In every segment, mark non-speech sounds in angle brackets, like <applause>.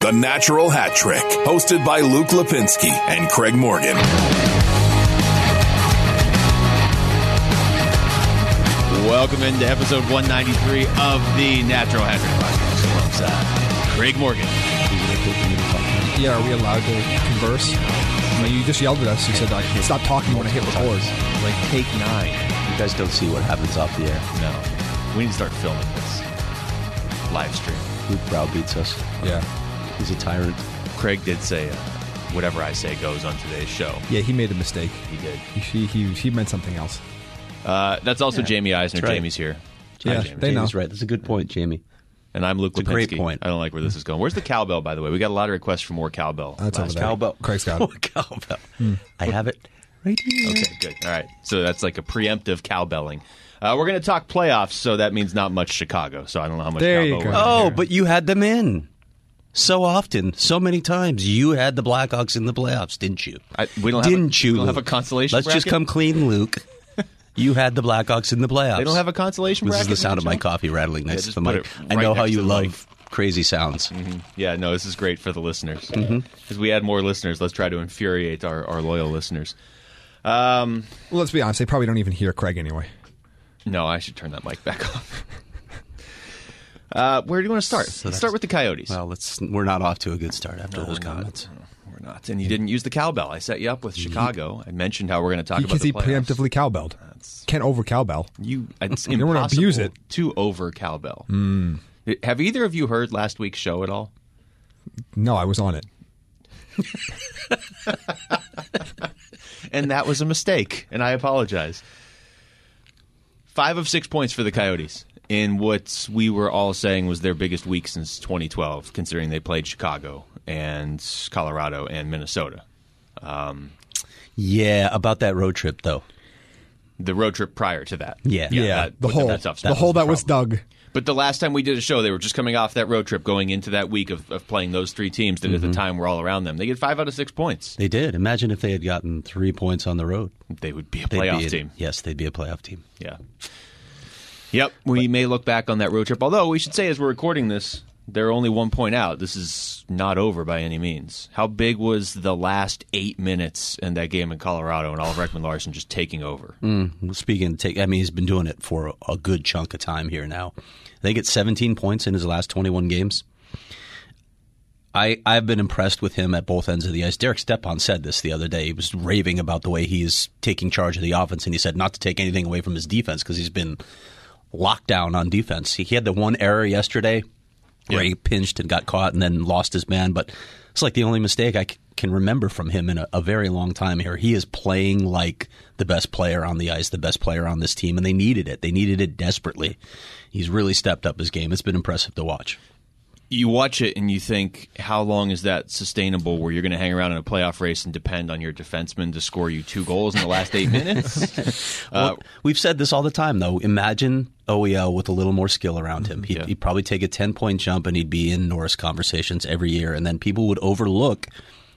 The Natural Hat Trick, hosted by Luke Lipinski and Craig Morgan. Welcome into episode 193 of the Natural Hat Trick Podcast alongside Craig Morgan. Yeah, are we allowed to converse? I mean, you just yelled at us. You said, like, stop talking when I hit record. Like take nine. You guys don't see what happens off the air. No, we need to start filming this live stream. Luke browbeats us. Yeah. He's a tyrant. Craig did say, uh, "Whatever I say goes on today's show." Yeah, he made a mistake. He did. He, he, he meant something else. Uh, that's also Jamie Eisner. that's right. Jamie's here, Yeah, Jamie. they know. Jamie's right. That's a good point, Jamie. and I'm Luke. It's a great Lipinski. point. I don't like where this is going. Where's the cowbell, by the way? We got a lot of requests for more cowbell. That's over last there. week. Cowbell. Craig's got it. <laughs> Hmm. Oh, cowbell. I have it right here. Okay, good. All right. So that's like a preemptive cowbelling. Uh, we're going to talk playoffs, so that means not much Chicago. So I don't know how much There you cowbell go. we're- Oh, but you had them in so often, so many times. You had the Blackhawks in the playoffs, didn't you? I- we don't have a- didn't you? we don't have Luke? a consolation Let's just bracket? come clean, Luke. <laughs> You had the Blackhawks in the playoffs. They don't have a consolation This bracket. is the sound of my Mitchell? coffee rattling next just to the put mic. it I right know how next to you the love mic. Mm-hmm. crazy sounds. Yeah, no, this is great for the listeners. Because Mm-hmm. we had more listeners, let's try to infuriate our, our loyal listeners. Well, let's be honest. They probably don't even hear Craig anyway. No, I should turn that mic back off. <laughs> Uh, where do you want to start? Let's start with the Coyotes. Well, let's. We're not off to a good start after those comments. We're not. And you didn't use the cowbell. I set you up Mm-hmm. with Chicago. I mentioned how we're going to talk about Because the he playoffs. preemptively cowbelled. Can't over cowbell. You, <laughs> it's don't wanna impossible abuse it. Mm. to over cowbell. Have either of you heard last week's show at all? No, I was on it. And that was a mistake, and I apologize. Five of six points for the Coyotes in what we were all saying was their biggest week since 2012, considering they played Chicago and Colorado and Minnesota. Yeah, about that road trip though. The road trip prior to that. Yeah. Yeah, that- the but hole. that's up- the hole the that was problem. dug. But the last time we did a show, they were just coming off that road trip going into that week of, of playing those three teams that Mm-hmm. at the time were all around them. They get five out of six points. They did. Imagine if they had gotten three points on the road. They would be a They'd playoff be a- team. Yes, they'd be a playoff team. Yeah. Yep. We may look back on that road trip. Although we should say, as we're recording this, they're only one point out. This is not over by any means. How big was the last eight minutes in that game in Colorado and Oliver Ekman Larson just taking over? Speaking, of take. I mean, he's been doing it for a, a good chunk of time here now. They get 17 points in his last 21 games. I I've been impressed with him at both ends of the ice. Derek Stepan said this the other day. He was raving about the way he is taking charge of the offense, and he said not to take anything away from his defense because he's been locked down on defense. He, he had the one error yesterday where he pinched and got caught and then lost his man, but it's like the only mistake I c- can remember from him in a, a very long time here. He is playing like the best player on the ice, the best player on this team, and they needed it. They needed it desperately. He's really stepped up his game. It's been impressive to watch. You watch it and you think, how long is that sustainable where you're going to hang around in a playoff race and depend on your defenseman to score you two goals in the last eight minutes? <laughs> Uh, Well, we've said this all the time, though. Imagine OEL with a little more skill around him. He'd, Mm-hmm. Yeah. he'd probably take a 10 point jump and he'd be in Norris conversations every year. And then people would overlook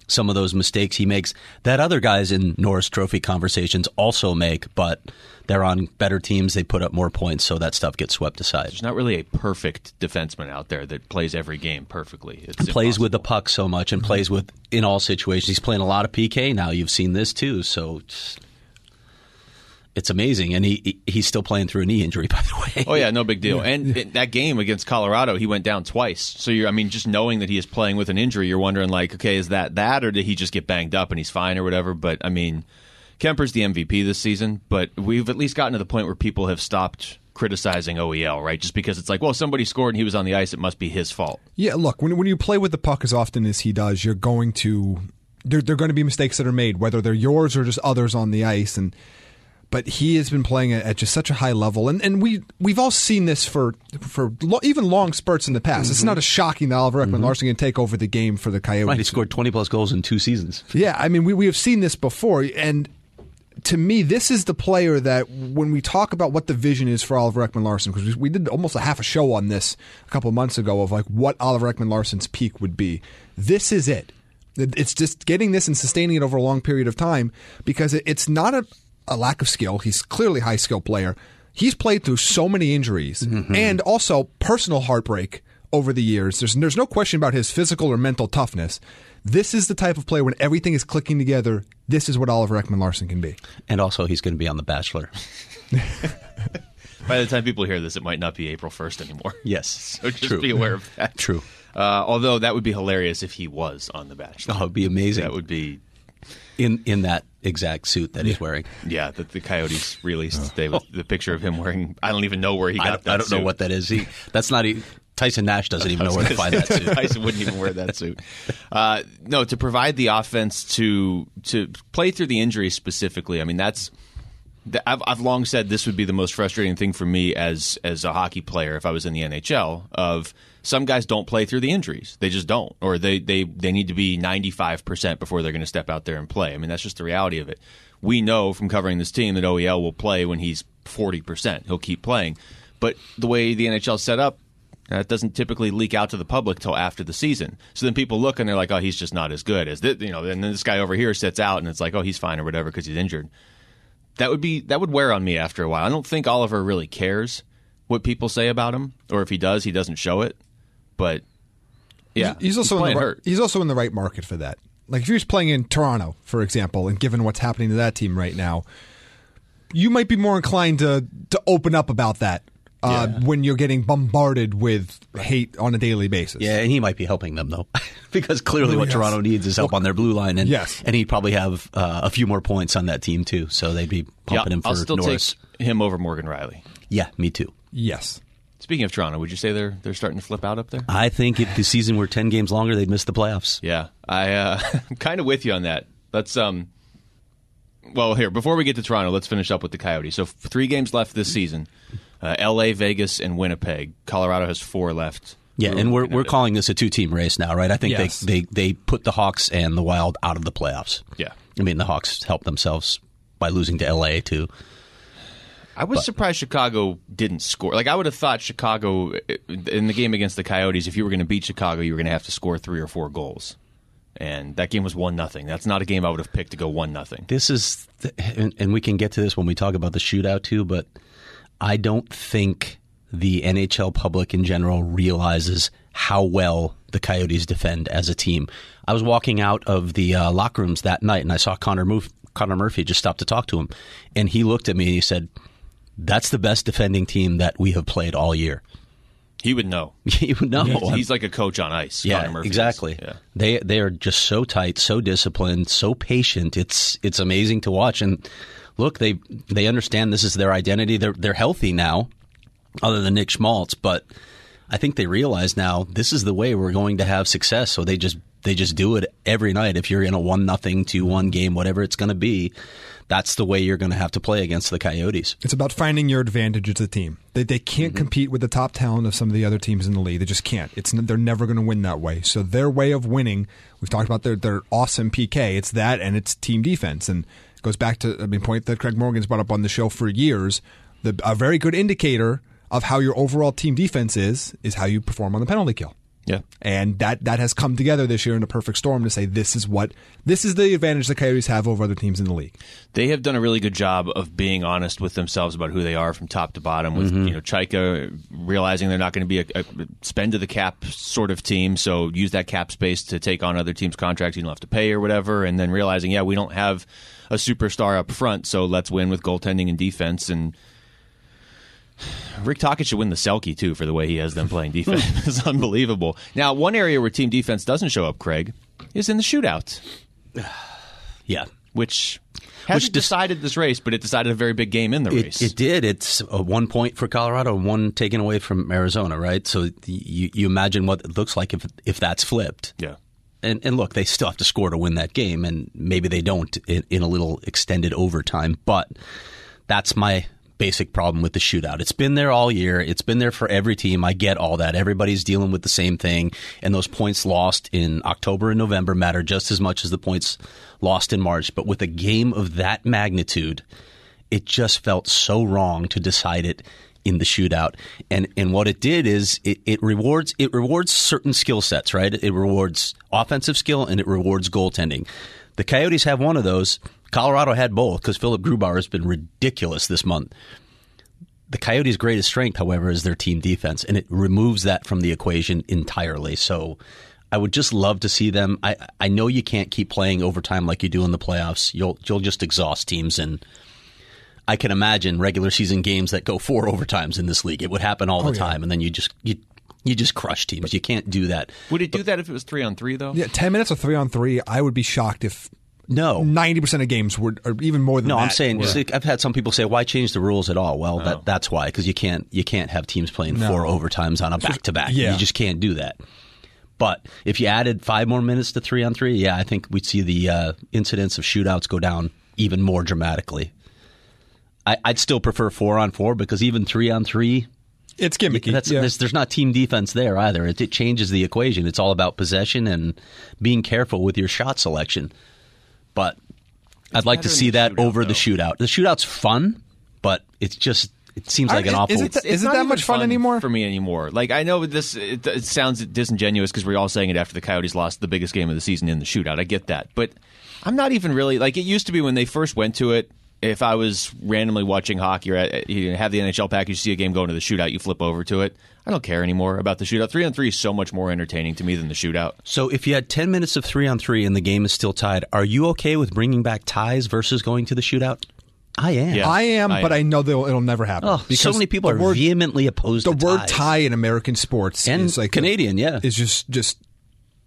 some of those mistakes he makes that other guys in Norris Trophy conversations also make, but they're on better teams. They put up more points, so that stuff gets swept aside. There's not really a perfect defenseman out there that plays every game perfectly. It's Plays impossible. with Mm-hmm. the puck so much and plays with in all situations. He's playing a lot of PK now. You've seen this too, so it's, it's amazing. And he he- he's still playing through a knee injury, <laughs> by the way. Oh yeah, no big deal. And it- that game against Colorado, he went down twice. So you're, I mean, just knowing that he is playing with an injury, you're wondering like, okay, is that that, or did he just get banged up and he's fine or whatever? But I mean, Kemper's the MVP this season, but we've at least gotten to the point where people have stopped criticizing OEL, right? Just because it's like, well, somebody scored and he was on the ice, it must be his fault. Yeah, look, when when you play with the puck as often as he does, you're going to there there're going to be mistakes that are made, whether they're yours or just others on the ice and but he has been playing at, at just such a high level and, and we we've all seen this for for lo- even long spurts in the past. It's not as shocking that Oliver Ekman Larson can take over the game for the Coyotes. Right, he scored 20 plus goals in two seasons. Yeah, I mean, we, we have seen this before. And to me, this is the player that when we talk about what the vision is for Oliver Ekman Larson, because we, we did almost a half a show on this a couple months ago of like what Oliver Ekman Larson's peak would be. This is it. It- It's just getting this and sustaining it over a long period of time because it, it's not a, a lack of skill. He's clearly a high skill player. He's played through so many injuries and also personal heartbreak over the years. There's there's no question about his physical or mental toughness. This is the type of player when everything is clicking together. This is what Oliver Ekman Larson can be. And also, he's going to be on The Bachelor. By the time people hear this, it might not be April 1st anymore. Yes. <laughs> So just True. be aware of that. True. Uh, although that would be hilarious if he was on The Bachelor. <laughs> Oh, it'd be amazing. That would be, in in that exact suit that he's wearing. yeah, that the <laughs> Coyotes released they, the picture of him wearing, I don't even know where he got Oh. I don't, that I don't know suit. what that is. He that's not even Tyson Nash doesn't even know where to find <laughs> that suit. Tyson wouldn't even wear that suit. Uh, no, to provide the offense to to play through the injuries specifically. I mean, that's th- I've I've long said this would be the most frustrating thing for me as as a hockey player if I was in the NHL. Of some guys don't play through the injuries, they just don't, or they they they need to be ninety five percent before they're going to step out there and play. I mean, that's just the reality of it. We know from covering this team that OEL will play when he's forty percent. He'll keep playing, but the way the NHL set up, uh, it doesn't typically leak out to the public till after the season. So then people look and they're like, "Oh, he's just not as good as this," you know. And then this guy over here sits out, and it's like, "Oh, he's fine or whatever because he's injured." That would be that would wear on me after a while. I don't think Oliver really cares what people say about him, or if he does, he doesn't show it. But yeah, he's also in playing the right, hurt. he's also in the right market for that. Like if he was playing in Toronto, for example, and given what's happening to that team right now, you might be more inclined to to open up about that uh, when you're getting bombarded with hate on a daily basis. Yeah, and he might be helping them though, <laughs> because clearly what Yes. Toronto needs is help on their blue line, and Yes. and he'd probably have uh, a few more points on that team too. So they'd be Yeah, pumping him for I'll still Norris. take him over Morgan Riley. Yeah, me too. Yes. Speaking of Toronto, would you say they're they're starting to flip out up there? I think if the season were ten games longer, they'd miss the playoffs. Yeah, I uh, <laughs> I'm kind of with you on that. Let's um, well here before we get to Toronto, let's finish up with the Coyotes. So f- three games left this season: uh, L.A., Vegas, and Winnipeg. Colorado has four left. Yeah, and we're we're calling this a two team race now, right? I think Yes. they, they they put the Hawks and the Wild out of the playoffs. Yeah. I mean the Hawks helped themselves by losing to LA too. I was surprised Chicago didn't score. Like I would have thought Chicago eh, in the game against the Coyotes, if you were going to beat Chicago, you were going to have to score three or four goals. And that game was one nothing. That's not a game I would have picked to go one nothing. This is, th- and, and we can get to this when we talk about the shootout too. But I don't think the NHL public in general realizes how well the Coyotes defend as a team. I was walking out of the uh, locker rooms that night, and I saw Connor Murphy. Connor Murphy just stopped to talk to him, and he looked at me and he said, "That's the best defending team that we have played all year." <laughs> He would know. you know, He's- He's like a coach on ice. Connor Murphy is. exactly. Yeah. They they are just so tight, so disciplined, so patient. It's it's amazing to watch. And look, they they understand this is their identity. They're they're healthy now, other than Nick Schmaltz. But I think they realize now this is the way we're going to have success. So they just they just do it every night. If you're in a one nothing two one game, whatever it's going to be, that's the way you're going to have to play against the Coyotes. It's about finding your advantage as a team. They, they can't compete with the top talent of some of the other teams in the league. They just can't. It's n- they're never going to win that way. So their way of winning, we've talked about their their awesome PK. It's that and it's team defense, and it goes back to I mean point that Craig Morgan's brought up on the show for years. The, a very good indicator of how your overall team defense is is how you perform on the penalty kill. Yeah. And that that has come together this year in a perfect storm to say this is what this is the advantage the Coyotes have over other teams in the league. they have done a really good job of being honest with themselves about who they are from top to bottom. With you know Chaika realizing they're not going to be a, a spend to the cap sort of team, so use that cap space to take on other teams' contracts you don't have to pay or whatever, and then realizing yeah we don't have a superstar up front, so let's win with goaltending and defense and. Rick Tockett should win the Selkie too for the way he has them playing defense. <laughs> it's unbelievable. Now, one area where team defense doesn't show up, Craig, is in the shootout Yeah, which hasn't dis- decided this race, but it decided a very big game in the It, race. it did. It's a one point for Colorado, one taken away from Arizona, right? So you, you imagine what it looks like if if that's flipped. yeah, And, and look, they still have to score to win that game, and maybe they don't in, in a little extended overtime. But that's my basic problem with the shootout. It's been there all year. It's been there for every team. I get all that. Everybody's dealing with the same thing, and those points lost in October and November matter just as much as the points lost in March. But with a game of that magnitude, it just felt so wrong to decide it in the shootout. And and what it did is it, it rewards it rewards certain skill sets, right? It rewards offensive skill and it rewards goaltending. The Coyotes have one of those. Colorado had both because Philip Grubauer has been ridiculous this month. The Coyotes' greatest strength, however, is their team defense, and it removes that from the equation entirely. So I would just love to see them. I, I know you can't keep playing overtime like you do in the playoffs. You'll you'll just exhaust teams, and I can imagine regular season games that go four <laughs> overtimes in this league. It would happen all the time, and then you just you you just crush teams. You can't do that. Would it do that if it was three on three though? Yeah, ten minutes of three on three. I would be shocked if No, ninety percent of games were, or even more than No, that. I'm saying see, I've had some people say, "Why change the rules at all?" Well, that, that's why because you can't you can't have teams playing four overtimes on a back to back. yeah. You just can't do that. But if you added five more minutes to three on three, yeah, I think we'd see the uh, incidence of shootouts go down even more dramatically. I, I'd still prefer four on four because even three on three, it's gimmicky. that's, yeah. there's, there's not team defense there either. It, it changes the equation. It's all about possession and being careful with your shot selection. But I'd like to better see than that the shootout, over though. the shootout. The shootout's fun, but it's just it seems like an Is- awful. is it the- Is it not that even much fun anymore? for me anymore? Like I know this, it, it sounds disingenuous because we're all saying it after the Coyotes lost the biggest game of the season in the shootout. I get that, but I'm not even really like it used to be when they first went to it. If I was randomly watching hockey or uh, you have the NHL package, you see a game going to the shootout, you flip over to it. I don't care anymore about the shootout. Three on three is so much more entertaining to me than the shootout. so if you had ten minutes of three on three and the game is still tied, are you okay with bringing back ties versus going to the shootout? I am. Yeah. I am, I but am. I know they'll, it'll never happen. Oh, so many people the are word, vehemently opposed the to word ties. tie in American sports And is like Canadian, yeah. is just just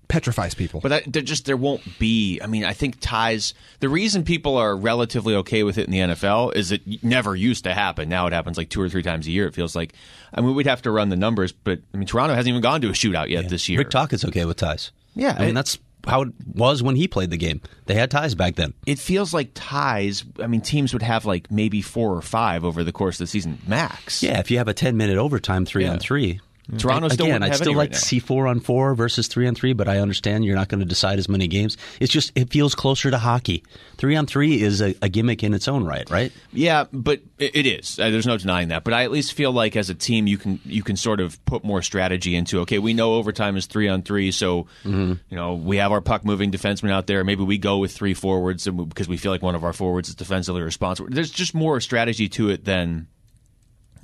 petrifies people. But I, there just there won't be. I mean, I think ties. The reason people are relatively okay with it in the NFL is it never used to happen. Now it happens like two or three times a year. It feels like. I mean, we'd have to run the numbers, but I mean, Toronto hasn't even gone to a shootout yet this year. Rick Talk is okay with ties. Yeah, I mean it- that's how it was when he played the game. They had ties back then. it feels like ties. I mean, teams would have like maybe four or five over the course of the season max. Yeah, if you have a ten minute overtime three Yeah. Mm-hmm. on three. Toronto I- still again, wouldn't I'd have still any like right to now. see four on four versus three on three, but I understand you're not going to decide as many games. It's just it feels closer to hockey. Three on three is a, a gimmick in its own right, right? Yeah, but it it is. Uh, There's no denying that. But I at least feel like as a team, you can you can sort of put more strategy into. Okay, we know overtime is three on three, so Mm-hmm. you know we have our puck moving defensemen out there. Maybe we go with three forwards, and we, because we feel like one of our forwards is defensively responsible. There's just more strategy to it than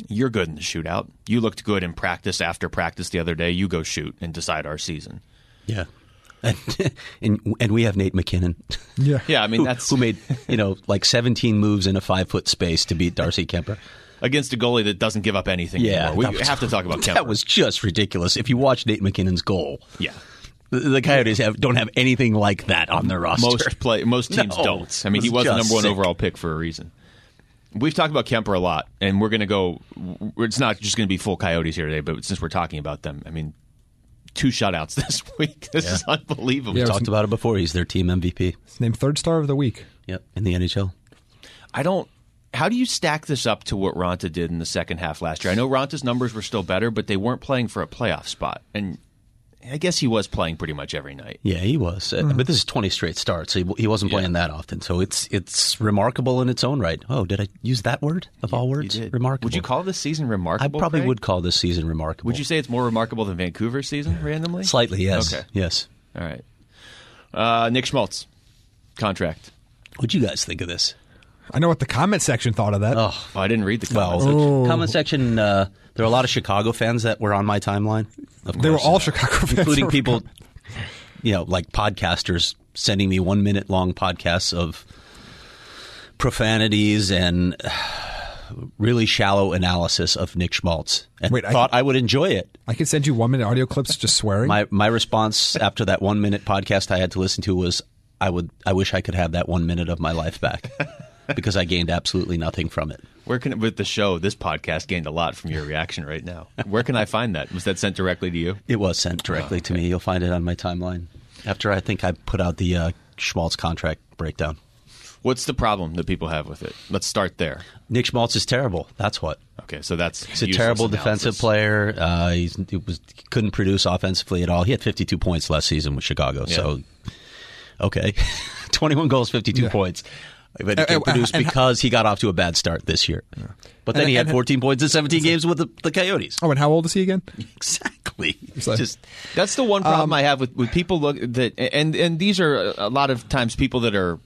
you're good in the shootout. You looked good in practice after practice the other day. You go shoot and decide our season. Yeah. And, <laughs> and and we have Nate McKinnon, <laughs> yeah, Yeah, I mean who, that's who made you know like 17 moves in a five foot space to beat Darcy Kemper. <laughs> against a goalie that doesn't give up anything. Yeah, anymore. that we was- have to talk about Kemper. <laughs> That was just ridiculous. If you watch Nate McKinnon's goal, yeah. the, the Coyotes have don't have anything like that on their roster. Most play, most teams No, don't. I mean, it he was was the just number one sick. overall pick for a reason. We've talked about Kemper a lot, and we're going to go. w- It's not just going to be full Coyotes here today, but since we're talking about them, I mean, two shutouts <laughs> this week. This is unbelievable. Yeah. <laughs> Talked about it before. He's their team MVP. It's named third star of the week. Yep, in the NHL. I don't. How do you stack this up to what Ronta did in the second half last year? I know Ronta's numbers were still better, but they weren't playing for a playoff spot, and I guess he was playing pretty much every night. Yeah, he was. Uh, Mm-hmm. But this is 20 straight starts. So he, he wasn't playing that often. So it's it's remarkable in its own right. Oh, did I use that word of all He words? did. Remarkable. Would you call this season I remarkable? probably Craig? would call this season remarkable. Would you say it's more remarkable than Vancouver's season randomly? Slightly, yes. Okay. Yes. All right. Uh, Nick Schmaltz, contract. What'd you guys think of this? I know what the comment section thought of that. Oh, Oh, I didn't read the well, comments. the comment section, uh, there are a lot of Chicago fans that were on my timeline. Of they were course. all Chicago fans, including people, you know, like podcasters sending me one minute long podcasts of profanities and <sighs> uh, really shallow analysis of Nick Schmaltz, and Wait, I- thought I, would enjoy it. I can send you one minute audio clips just swearing. My my response <laughs> after that one minute podcast I had to listen to was, I would, I wish I could have that one minute of my life back <laughs> because I gained absolutely nothing from it. Where can with the show, this podcast gained a lot from your reaction right now. Where can I find that? Was that sent directly to you? It was sent directly to me. You'll find it on my timeline after I think I put out the uh, Schmaltz contract breakdown. What's the problem that people have with it? Let's start there. Nick Schmaltz is terrible. That's what. Okay, so that's He's a terrible defensive player. Uh, he's, he was couldn't produce offensively at all. He had 52 points last season with Chicago. So, okay, <laughs> 21 goals, 52 points. But he And- couldn't produce and- because he got off to a bad start this year. But then And- he had and- 14 points in 17 games with the, the Coyotes. oh, and how old is he again? <laughs> Exactly. So- Just That's Um, the one problem I have with, with people look that and and these are a lot of times people that are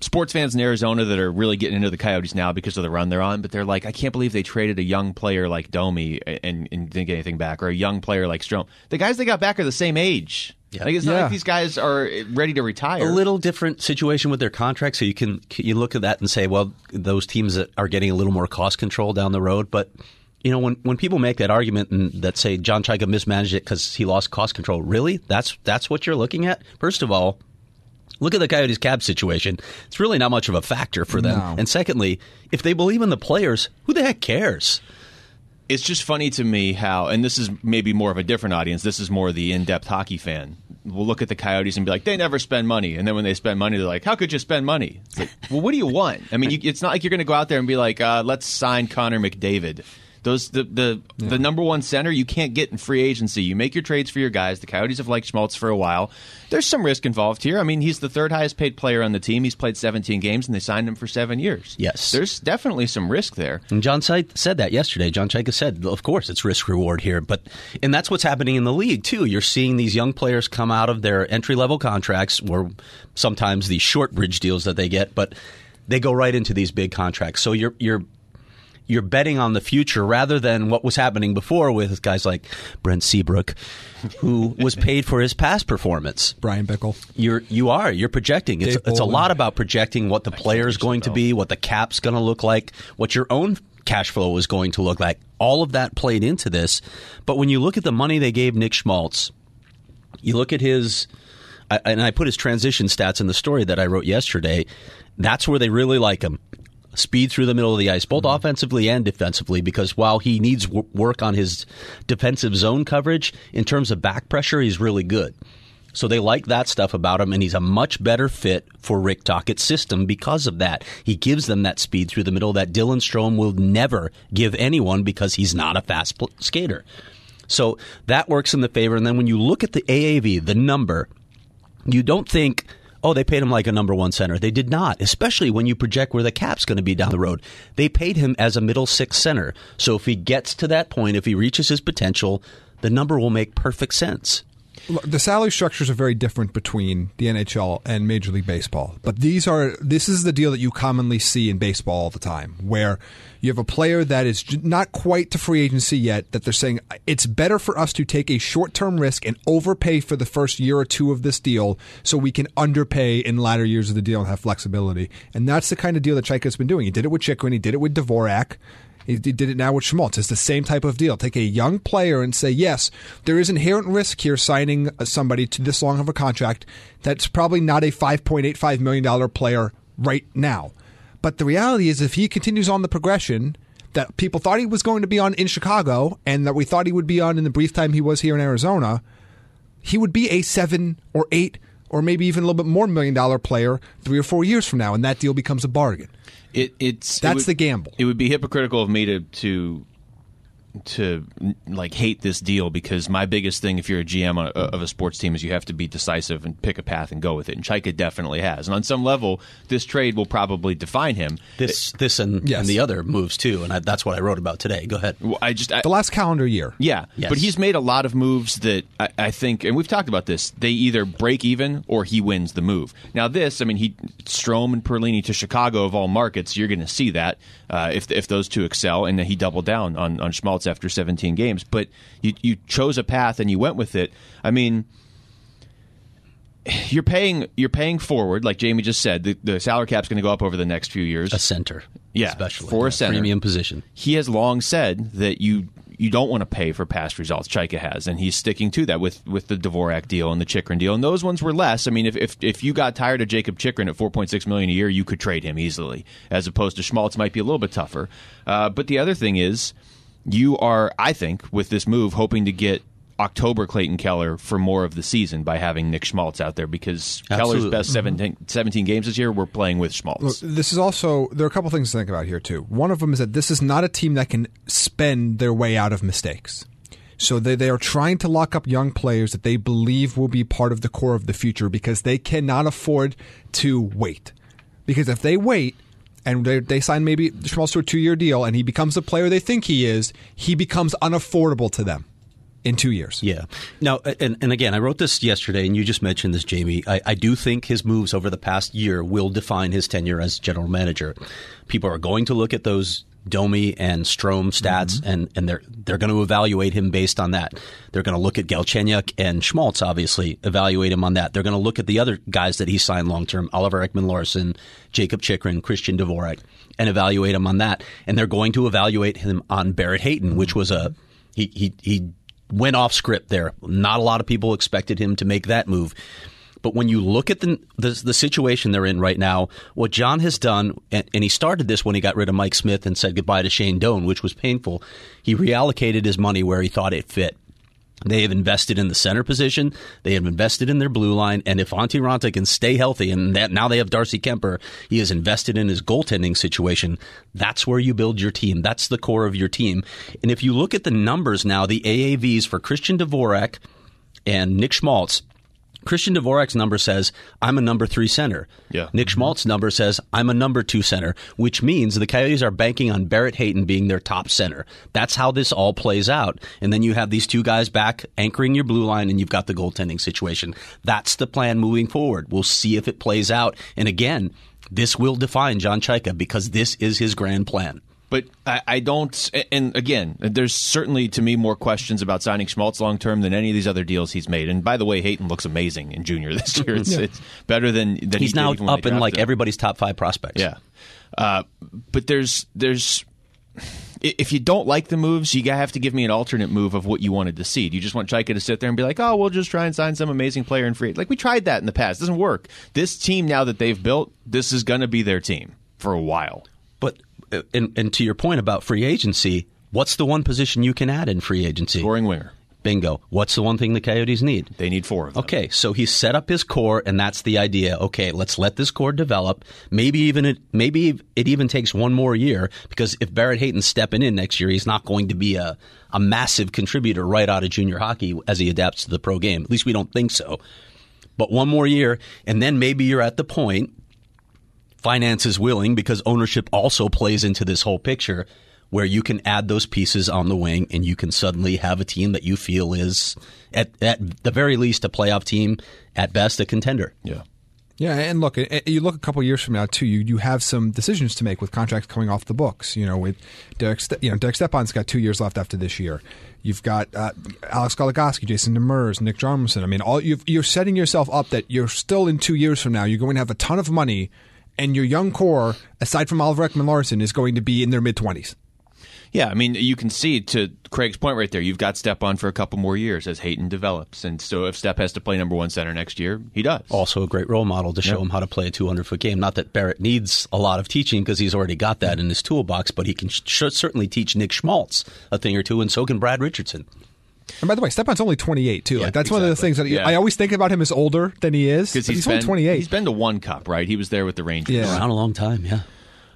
sports fans in Arizona that are really getting into the Coyotes now because of the run they're on, but they're like, I can't believe they traded a young player like Domi and, and didn't get anything back, or a young player like Strom. The guys they got back are the same age. Yeah. Like it's not Yeah. like these guys are ready to retire. a little different situation with their contract, so you can you look at that and say, well, those teams that are getting a little more cost control down the road. But you know, when when people make that argument and that say John Chaika mismanaged it because he lost cost control, really, that's that's what you're looking at. First of all, look at the Coyotes cab situation. It's really not much of a factor for them. No. And secondly, if they believe in the players, who the heck cares? it's just funny to me how, and this is maybe more of a different audience. This is more the in-depth hockey fan. Will look at the Coyotes and be like, they never spend money, and then when they spend money, they're like, how could you spend money? It's like, <laughs> well, what do you want? I mean, you, it's not like you're going to go out there and be like, uh, let's sign Connor McDavid. Those the the, the number one center you can't get in free agency. You make your trades for your guys. The Coyotes have liked Schmaltz for a while. There's some risk involved here. I mean, he's the third highest paid player on the team. He's played 17 games, and they signed him for seven years. Yes. there's definitely some risk there. And John Site said that yesterday. John Chaika said, "Of course, it's risk reward here, but and that's what's happening in the league too. You're seeing these young players come out of their entry level contracts, or sometimes these short bridge deals that they get, but they go right into these big contracts. So you're you're you're betting on the future rather than what was happening before with guys like Brent Seabrook, who was paid for his past performance Brian Bickle. you're you are you're projecting. It's, Dave it's a Bolin. lot about projecting what the player is going to be, what the cap's going to look like, what your own cash flow is going to look like. All of that played into this. But when you look at the money they gave Nick Schmaltz, you look at his I, and I put his transition stats in the story that I wrote yesterday. That's where they really like him. Speed through the middle of the ice, both offensively and defensively, because while he needs w- work on his defensive zone coverage, in terms of back pressure, he's really good. So they like that stuff about him, and he's a much better fit for Rick Tockett's system because of that. He gives them that speed through the middle that Dylan Strom will never give anyone because he's not a fast pl- skater. So that works in the favor. And then when you look at the AAV, the number, you don't think, oh, they paid him like a number one center. They did not, especially when you project where the cap's going to be down the road. They paid him as a middle six center. So if he gets to that point, if he reaches his potential, the number will make perfect sense. Look, the salary structures are very different between the NHL and Major League Baseball, but these are this is the deal that you commonly see in baseball all the time, where you have a player that is j- not quite to free agency yet. That they're saying it's better for us to take a short term risk and overpay for the first year or two of this deal, so we can underpay in latter years of the deal and have flexibility. And that's the kind of deal that Chaika's been doing. He did it with Chikrin, he did it with Dvorak. He he did it now with Schmaltz. It's the same type of deal. Take a young player and say, yes, there is inherent risk here signing uh, somebody to this long of a contract that's probably not a $5.85 million player right now. But the reality is, if he continues on the progression that people thought he was going to be on in Chicago and that we thought he would be on in the brief time he was here in Arizona, he would be a seven or eight or maybe even a little bit more million dollar player three or four years from now. And that deal becomes a bargain. It, it's it That's would- the gamble. It would be hypocritical of me to to to like hate this deal because my biggest thing, if you're a GM on a, of a sports team, is you have to be decisive and pick a path and go with it. And Chaika definitely has, and on some level, this trade will probably define him. This, this, and, Yes. and the other moves too, and I, that's what I wrote about today. Go ahead. Well, I just I, The last calendar year. yeah, Yes. but he's made a lot of moves that I, I think, and we've talked about this. They either break even or he wins the move. Now, this, I mean, he Strom and Perlini to Chicago of all markets. You're going to see that uh, if if those two excel, and he doubled down on on Schmaltz after 17 games. But you you chose a path and you went with it. I mean you're paying you're paying forward, like Jamie just said. The, the salary cap's going to go up over the next few years. A center, Yeah, especially for a Yeah, center. premium position. he has long said that you you don't want to pay for past results. Chaika has, and he's sticking to that with with the Dvorak deal and the Chikrin deal, and those ones were less. I mean, if if, if you got tired of Jacob Chikrin at four point six million a year, you could trade him easily, as opposed to Schmaltz might be a little bit tougher. Uh, but the other thing is, you are, I think, with this move, hoping to get. October Clayton Keller for more of the season by having Nick Schmaltz out there because Keller's Absolutely. best 17, 17 games this year were playing with Schmaltz. This is also there are a couple things to think about here too. One of them is that this is not a team that can spend their way out of mistakes. So they, they are trying to lock up young players that they believe will be part of the core of the future because they cannot afford to wait. Because if they wait and they, they sign maybe Schmaltz to a two year deal and he becomes the player they think he is, he becomes unaffordable to them. in two years. Yeah. Now, and, and again, I wrote this yesterday, and you just mentioned this, Jamie. I, I do think his moves over the past year will define his tenure as general manager. People are going to look at those Domi and Strom stats, and, and they're they're going to evaluate him based on that. They're going to look at Galchenyuk and Schmaltz, obviously, evaluate him on that. They're going to look at the other guys that he signed long term, Oliver Ekman Larson, Jacob Chikrin, Christian Dvorak, and evaluate him on that. And they're going to evaluate him on Barrett Hayton, which was a he he he went off script there. Not a lot of people expected him to make that move. But when you look at the, the the situation they're in right now, what John has done, and, and he started this when he got rid of Mike Smith and said goodbye to Shane Doan, which was painful. He reallocated his money where he thought it fit. They have invested in the center position. They have invested in their blue line. And if Antti Ranta can stay healthy, and that now they have Darcy Kemper, he has invested in his goaltending situation. That's where you build your team. That's the core of your team. And if you look at the numbers now, the AAVs for Christian Dvorak and Nick Schmaltz, Christian Dvorak's number says, I'm a number three center. Yeah. Mm-hmm. Nick Schmaltz's number says, I'm a number two center, which means the Coyotes are banking on Barrett Hayton being their top center. That's how this all plays out. And then you have these two guys back anchoring your blue line, and you've got the goaltending situation. That's the plan moving forward. We'll see if it plays out. And again, this will define John Chaika because this is his grand plan. But I, I don't. And again, there's certainly to me more questions about signing Schmaltz long term than any of these other deals he's made. And by the way, Hayton looks amazing in junior <laughs> this year. It's, it's better than than He's he now did even when up they in like drafted him. everybody's top five prospects. Yeah, uh, but there's there's i- if you don't like the moves, you gotta have to give me an alternate move of what you wanted to see. Do you just want Chaika to sit there and be like, "Oh, we'll just try and sign some amazing player in free"? Like we tried that in the past, doesn't work. This team now that they've built, this is gonna be their team for a while. But uh, and, and to your point about free agency, what's the one position you can add in free agency? Scoring winger, Bingo. What's the one thing the Coyotes need? they need four of them. Okay, so he set up his core, and that's the idea. Okay, let's let this core develop. Maybe even it, maybe it even takes one more year because if Barrett Hayton's stepping in next year, he's not going to be a, a massive contributor right out of junior hockey as he adapts to the pro game. At least we don't think so. But one more year, and then maybe you're at the point finance is willing because ownership also plays into this whole picture where you can add those pieces on the wing and you can suddenly have a team that you feel is at, at the very least a playoff team at best a contender Yeah. Yeah, and look, eh, eh, you look a couple years from now too. You you have some decisions to make with contracts coming off the books. You know, with Derek, Ste- you know Derek Stepan's got two years left after this year. You've got uh, Alex Goligoski, Jason Demers, Nick Jarmuson. I mean, all you've, you're setting yourself up that you're still in two years from now. You're going to have a ton of money, and your young core, aside from Oliver Ekman Larson, is going to be in their mid twenties. Yeah, I mean, you can see to Craig's point right there. You've got Step on for a couple more years as Hayton develops, and so if Step has to play number one center next year, he does. also a great role model to show him how to play a 200 foot game not that barrett needs a lot of teaching because he's already got that in his toolbox but he can sh- certainly teach nick schmaltz a thing or two and so can brad richardson And by the way, Stepan's only 28 too. like that's one of the things that Yeah. I always think about him as older than he is. because but he's only been 28. he's been to one cup, right? He was there with the Rangers. Yeah. around a long time yeah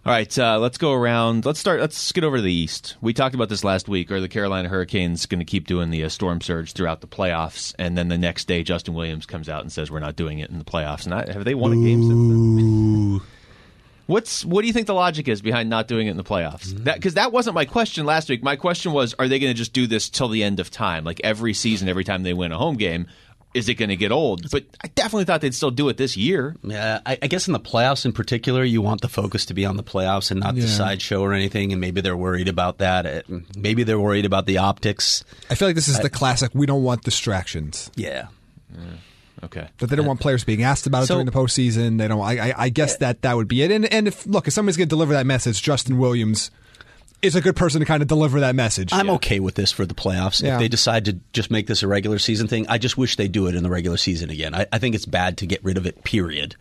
All right, uh, let's go around. Let's start. Let's skid over to the East. We talked about this last week. Are the Carolina Hurricanes going to keep doing the uh, storm surge throughout the playoffs? And then the next day, Justin Williams comes out and says, "We're not doing it in the playoffs." And I, have they won a game since then? What's what do you think the logic is behind not doing it in the playoffs? Mm. That because that wasn't my question last week. My question was, are they going to just do this till the end of time? Like every season, every time they win a home game, is it going to get old? But I definitely thought they'd still do it this year. Yeah, Uh, I, I guess in the playoffs in particular, you want the focus to be on the playoffs and not the sideshow or anything. And maybe they're worried about that. Uh, Maybe they're worried about the optics. I feel like this is the classic. We don't want distractions. Yeah. Okay. But they don't want players being asked about it So- during the postseason. They don't. I, I, I guess that that would be it. And and if look, if somebody's going to deliver that message, Justin Williams is a good person to kind of deliver that message. I'm okay with this for the playoffs. Yeah. If they decide to just make this a regular season thing, I just wish they do it in the regular season again. I, I think it's bad to get rid of it, period.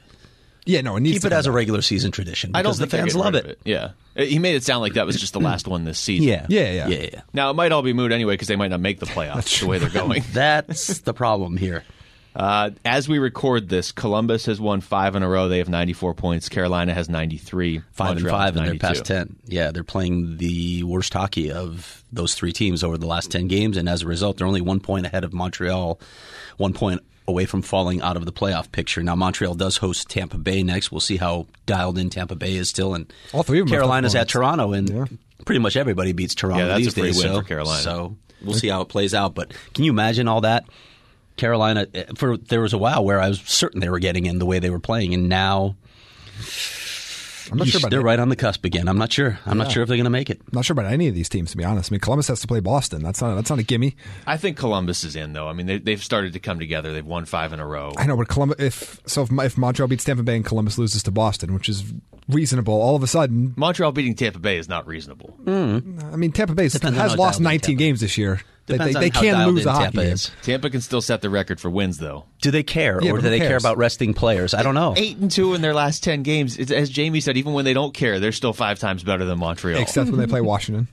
yeah, no, it needs Keep to it come as a back. regular season tradition I don't because the think they're fans getting love rid it. of Yeah, Uh, he made it sound like that was just the last one this season. Yeah. Yeah, yeah. Yeah. yeah. Now it might all be moot anyway because they might not make the playoffs the way they're <laughs> going. That's the problem here. Uh, as we record this, Columbus has won five in a row. They have 94 points. Carolina has 93. five and Montreal has five in their 92. past ten. Yeah, they're playing the worst hockey of those three teams over the last ten games, and as a result, they're only one point ahead of Montreal, one point away from falling out of the playoff picture. Now Montreal does host Tampa Bay next. We'll see how dialed in Tampa Bay is still, and All three of them are tough Carolina's at opponents. Toronto, and pretty much everybody beats Toronto Yeah, that's these a free days. win so, for Carolina. so We'll see how it plays out. But can you imagine all that? Carolina, eh, for there was a while where I was certain they were getting in the way they were playing, and now I'm not you- sure about they're it. right on the cusp again. I'm not sure. I'm not sure if they're going to make it. I'm not sure about any of these teams to be honest. I mean, Columbus has to play Boston. That's not that's not a gimme. I think Columbus is in though. I mean, they, they've started to come together. They've won five in a row. I know, but Columbus if so if, if Montreal beats Tampa Bay and Columbus loses to Boston, which is reasonable, all of a sudden, Montreal beating Tampa Bay is not reasonable. I mean, Tampa Bay Depends on has how lost dialed in 19 Tampa games this year. They, they, Depends on they how can dialed lose in a hockey Tampa game. is. Tampa can still set the record for wins though. Do they care, Yeah, or but do who they care cares? about resting players? I don't know. Eight and two in their last ten games. It's, as Jamie said, even when they don't care, they're still five times better than Montreal. Except <laughs> when they play Washington.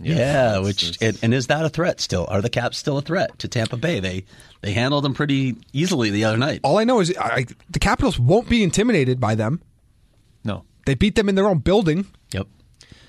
Yeah, which and, and is that a threat still? Are the Caps still a threat to Tampa Bay? They they handled them pretty easily the other night. All I know is I, the Capitals won't be intimidated by them. no. They beat them in their own building Yep.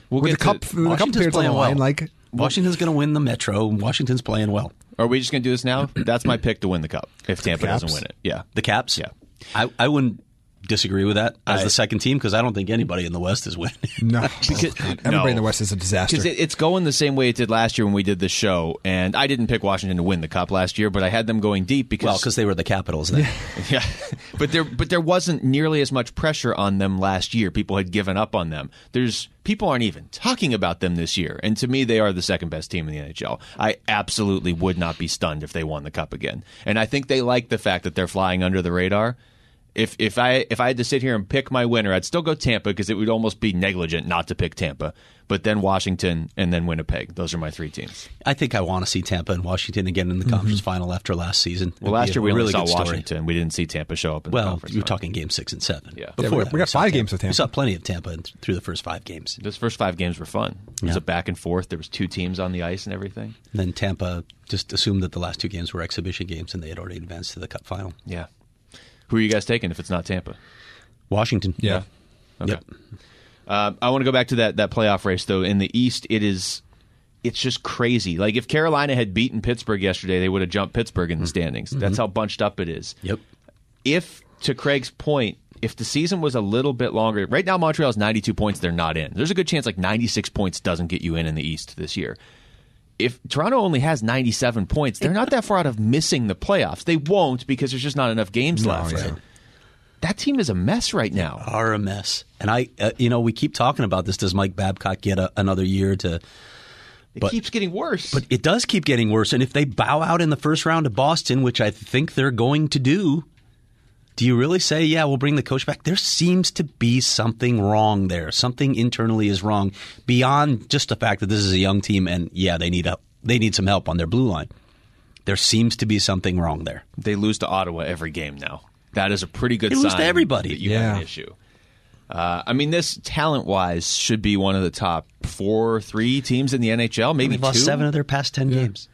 We'll with the get cup, to- the cup Washington's appearance on the playing line. well. Like Washington's going to win the Metro. Washington's playing well. Are we just going to do this <clears throat> now? That's my pick to win the cup if Tampa doesn't Caps? win it. Yeah. The Caps. Yeah. I, I wouldn't disagree with that as I- the second team because I don't think anybody in the West is winning. <laughs> no, God, everybody no. in the West is a disaster. Because it, it's going the same way it did last year when we did this show, and I didn't pick Washington to win the cup last year, but I had them going deep because <laughs> well, because they were the Capitals. Then. <laughs> yeah, but there but there wasn't nearly as much pressure on them last year. People had given up on them. There's people aren't even talking about them this year, and to me, they are the second best team in the NHL. I absolutely would not be stunned if they won the cup again, and I think they like the fact that they're flying under the radar. If if I if I had to sit here and pick my winner, I'd still go Tampa because it would almost be negligent not to pick Tampa. But then Washington and then Winnipeg. Those are my three teams. I think I want to see Tampa and Washington again in the Mm-hmm. conference final after last season. Well, It'd be last a year we only really saw good story. Washington. We didn't see Tampa show up. In the Well, conference you're final. talking game six and seven. Yeah. Yeah, we Before got- that, we got saw five games with We saw Tampa. plenty of Tampa in- through the first five games. Those first five games were fun. It was a back and forth. There was two teams on the ice and everything. Then Tampa just assumed that the last two games were exhibition games and they had already advanced to the Cup final. Yeah. Who are you guys taking if it's not Tampa? Washington. yeah. Okay. Yep. Um, I want to go back to that that playoff race though. In the East, it is it's just crazy. Like if Carolina had beaten Pittsburgh yesterday, they would have jumped Pittsburgh in the standings. That's how bunched up it is. Mm-hmm. Yep. If to Craig's point, if the season was a little bit longer, right now Montreal's 92 points, they're not in. There's a good chance like 96 points doesn't get you in in the East this year. if Toronto only has 97 points, they're not that far out of missing the playoffs. They won't because there's just not enough games left. yeah. That team is a mess right now. Are a mess. And I, uh, you know, we keep talking about this. Does Mike Babcock get a, another year to. It But- keeps getting worse. But it does keep getting worse. And if they bow out in the first round to Boston, which I think they're going to do, do you really say, yeah, we'll bring the coach back? There seems to be something wrong there. Something internally is wrong beyond just the fact that this is a young team and, yeah, they need, a, they need some help on their blue line. There seems to be something wrong there. they lose to Ottawa every game now. That is a pretty good They sign. lose to everybody. That you have Yeah. an issue. Uh, I mean, this talent wise should be one of the top four, three teams in the NHL, maybe They've lost two. seven of their past 10 games.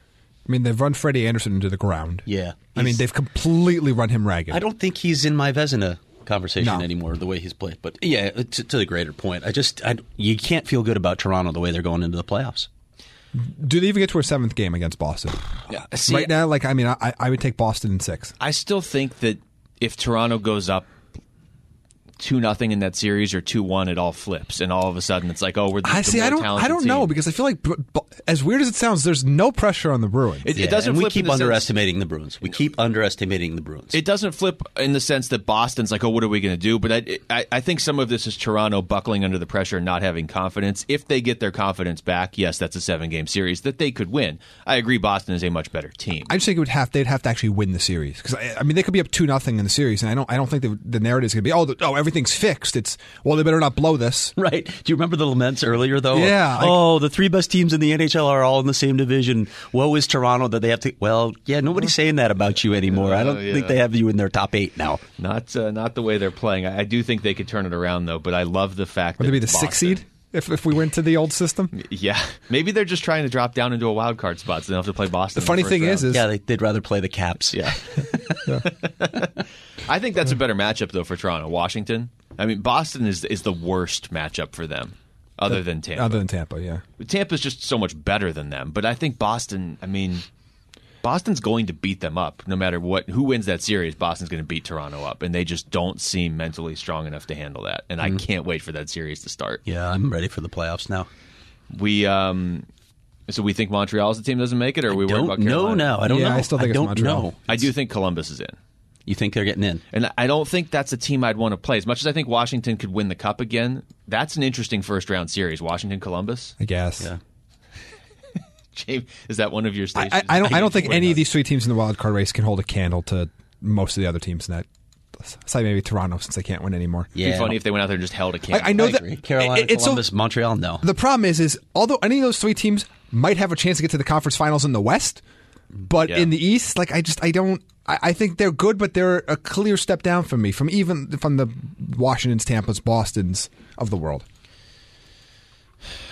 I mean, they've run Freddie Anderson into the ground. Yeah. I mean, He's- they've completely run him ragged. I don't think he's in my Vezina conversation No. anymore the way he's played. But yeah, to, to the greater point, I just I, you can't feel good about Toronto the way they're going into the playoffs. Do they even get to a seventh game against Boston? Yeah, Uh, see, right now, like I mean, I, I would take Boston in six. I still think that if Toronto goes up two nothing in that series or two one, it all flips, and all of a sudden it's like, oh, we're the, I the see. more I don't. I talented don't know team. because I feel like, b- b- as weird as it sounds, there's no pressure on the Bruins. It, Yeah, it doesn't. And Flip we keep in the sense- underestimating the Bruins. We keep underestimating the Bruins. it doesn't flip in the sense that Boston's like, oh, what are we going to do? But I, I, I think some of this is Toronto buckling under the pressure and not having confidence. If they get their confidence back, yes, that's a seven game series that they could win. I agree. Boston is a much better team. I just think it would have. They'd have to actually win the series because I, I mean they could be up two nothing in the series, and I don't. I don't think the, the narrative is going to be oh the, oh everything's fixed. It's well they better not blow this. Right. Do you remember the laments earlier, though? Yeah, like- oh, the three best teams in the NHL are all in the same division. Woe is Toronto that they have to. Well, yeah, nobody's saying that about you anymore. I don't Yeah, think yeah. they have you in their top eight now. not uh, not the way they're playing. I, I do think they could turn it around though. But I love the fact Would that it be the sixth Boston- seed if if we went to the old system? Yeah, <laughs> maybe they're just trying to drop down into a wild card spot, so they don't have to play Boston. The funny thing is, is Yeah, they, they'd rather play the Caps. yeah, <laughs> I think that's a better matchup though for Toronto, Washington. I mean, Boston is is the worst matchup for them, other than Tampa. other than Tampa, yeah. Tampa's just so much better than them, but I think Boston. I mean, Boston's going to beat them up no matter what. Who wins that series? Boston's going to beat Toronto up, and they just don't seem mentally strong enough to handle that. And Mm-hmm. I can't wait for that series to start. Yeah, I'm ready for the playoffs now. We um So we think Montreal's the team that doesn't make it, or are we worried Don't about know Carolina? now. I don't Yeah, know. I still think it's don't Montreal. know. I do think Columbus is in. You think they're getting in? And I don't think that's a team I'd want to play. As much as I think Washington could win the cup again, that's an interesting first round series. Washington Columbus. <laughs> I guess. James, is that one of your stations? I, I don't. I don't think Wait, any no. of these three teams in the wild card race can hold a candle to most of the other teams in that. Aside maybe Toronto since they can't win anymore. It'd be funny if they went out there and just held a candle. I, I know that agree. Carolina, it- it's so- Columbus, Montreal. No, The problem is, is although any of those three teams might have a chance to get to the conference finals in the West, but Yeah. in the East, like I just I don't. I, I think they're good, but they're a clear step down from me, from even from the Washington's, Tampa's, Boston's of the world.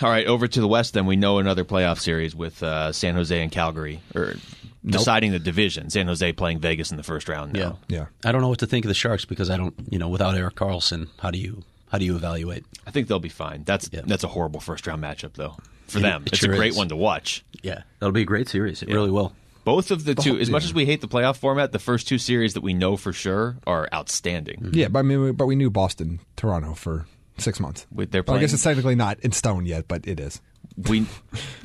All right, over to the West. Then we know another playoff series with uh, San Jose and Calgary, or deciding the division. San Jose playing Vegas in the first round. Now. Yeah. I don't know what to think of the Sharks because I don't. You know, without Eric Carlson, how do you how do you evaluate? I think they'll be fine. That's that's a horrible first round matchup though for them. it it's sure a great is. one to watch. Yeah, that'll be a great series. It really will. Both of the two, Oh, as much as we hate the playoff format, the first two series that we know for sure are outstanding. Yeah, but I mean, we, but we knew Boston, Toronto for six months. With their Well, I guess playing- it's technically not in stone yet, but it is. We,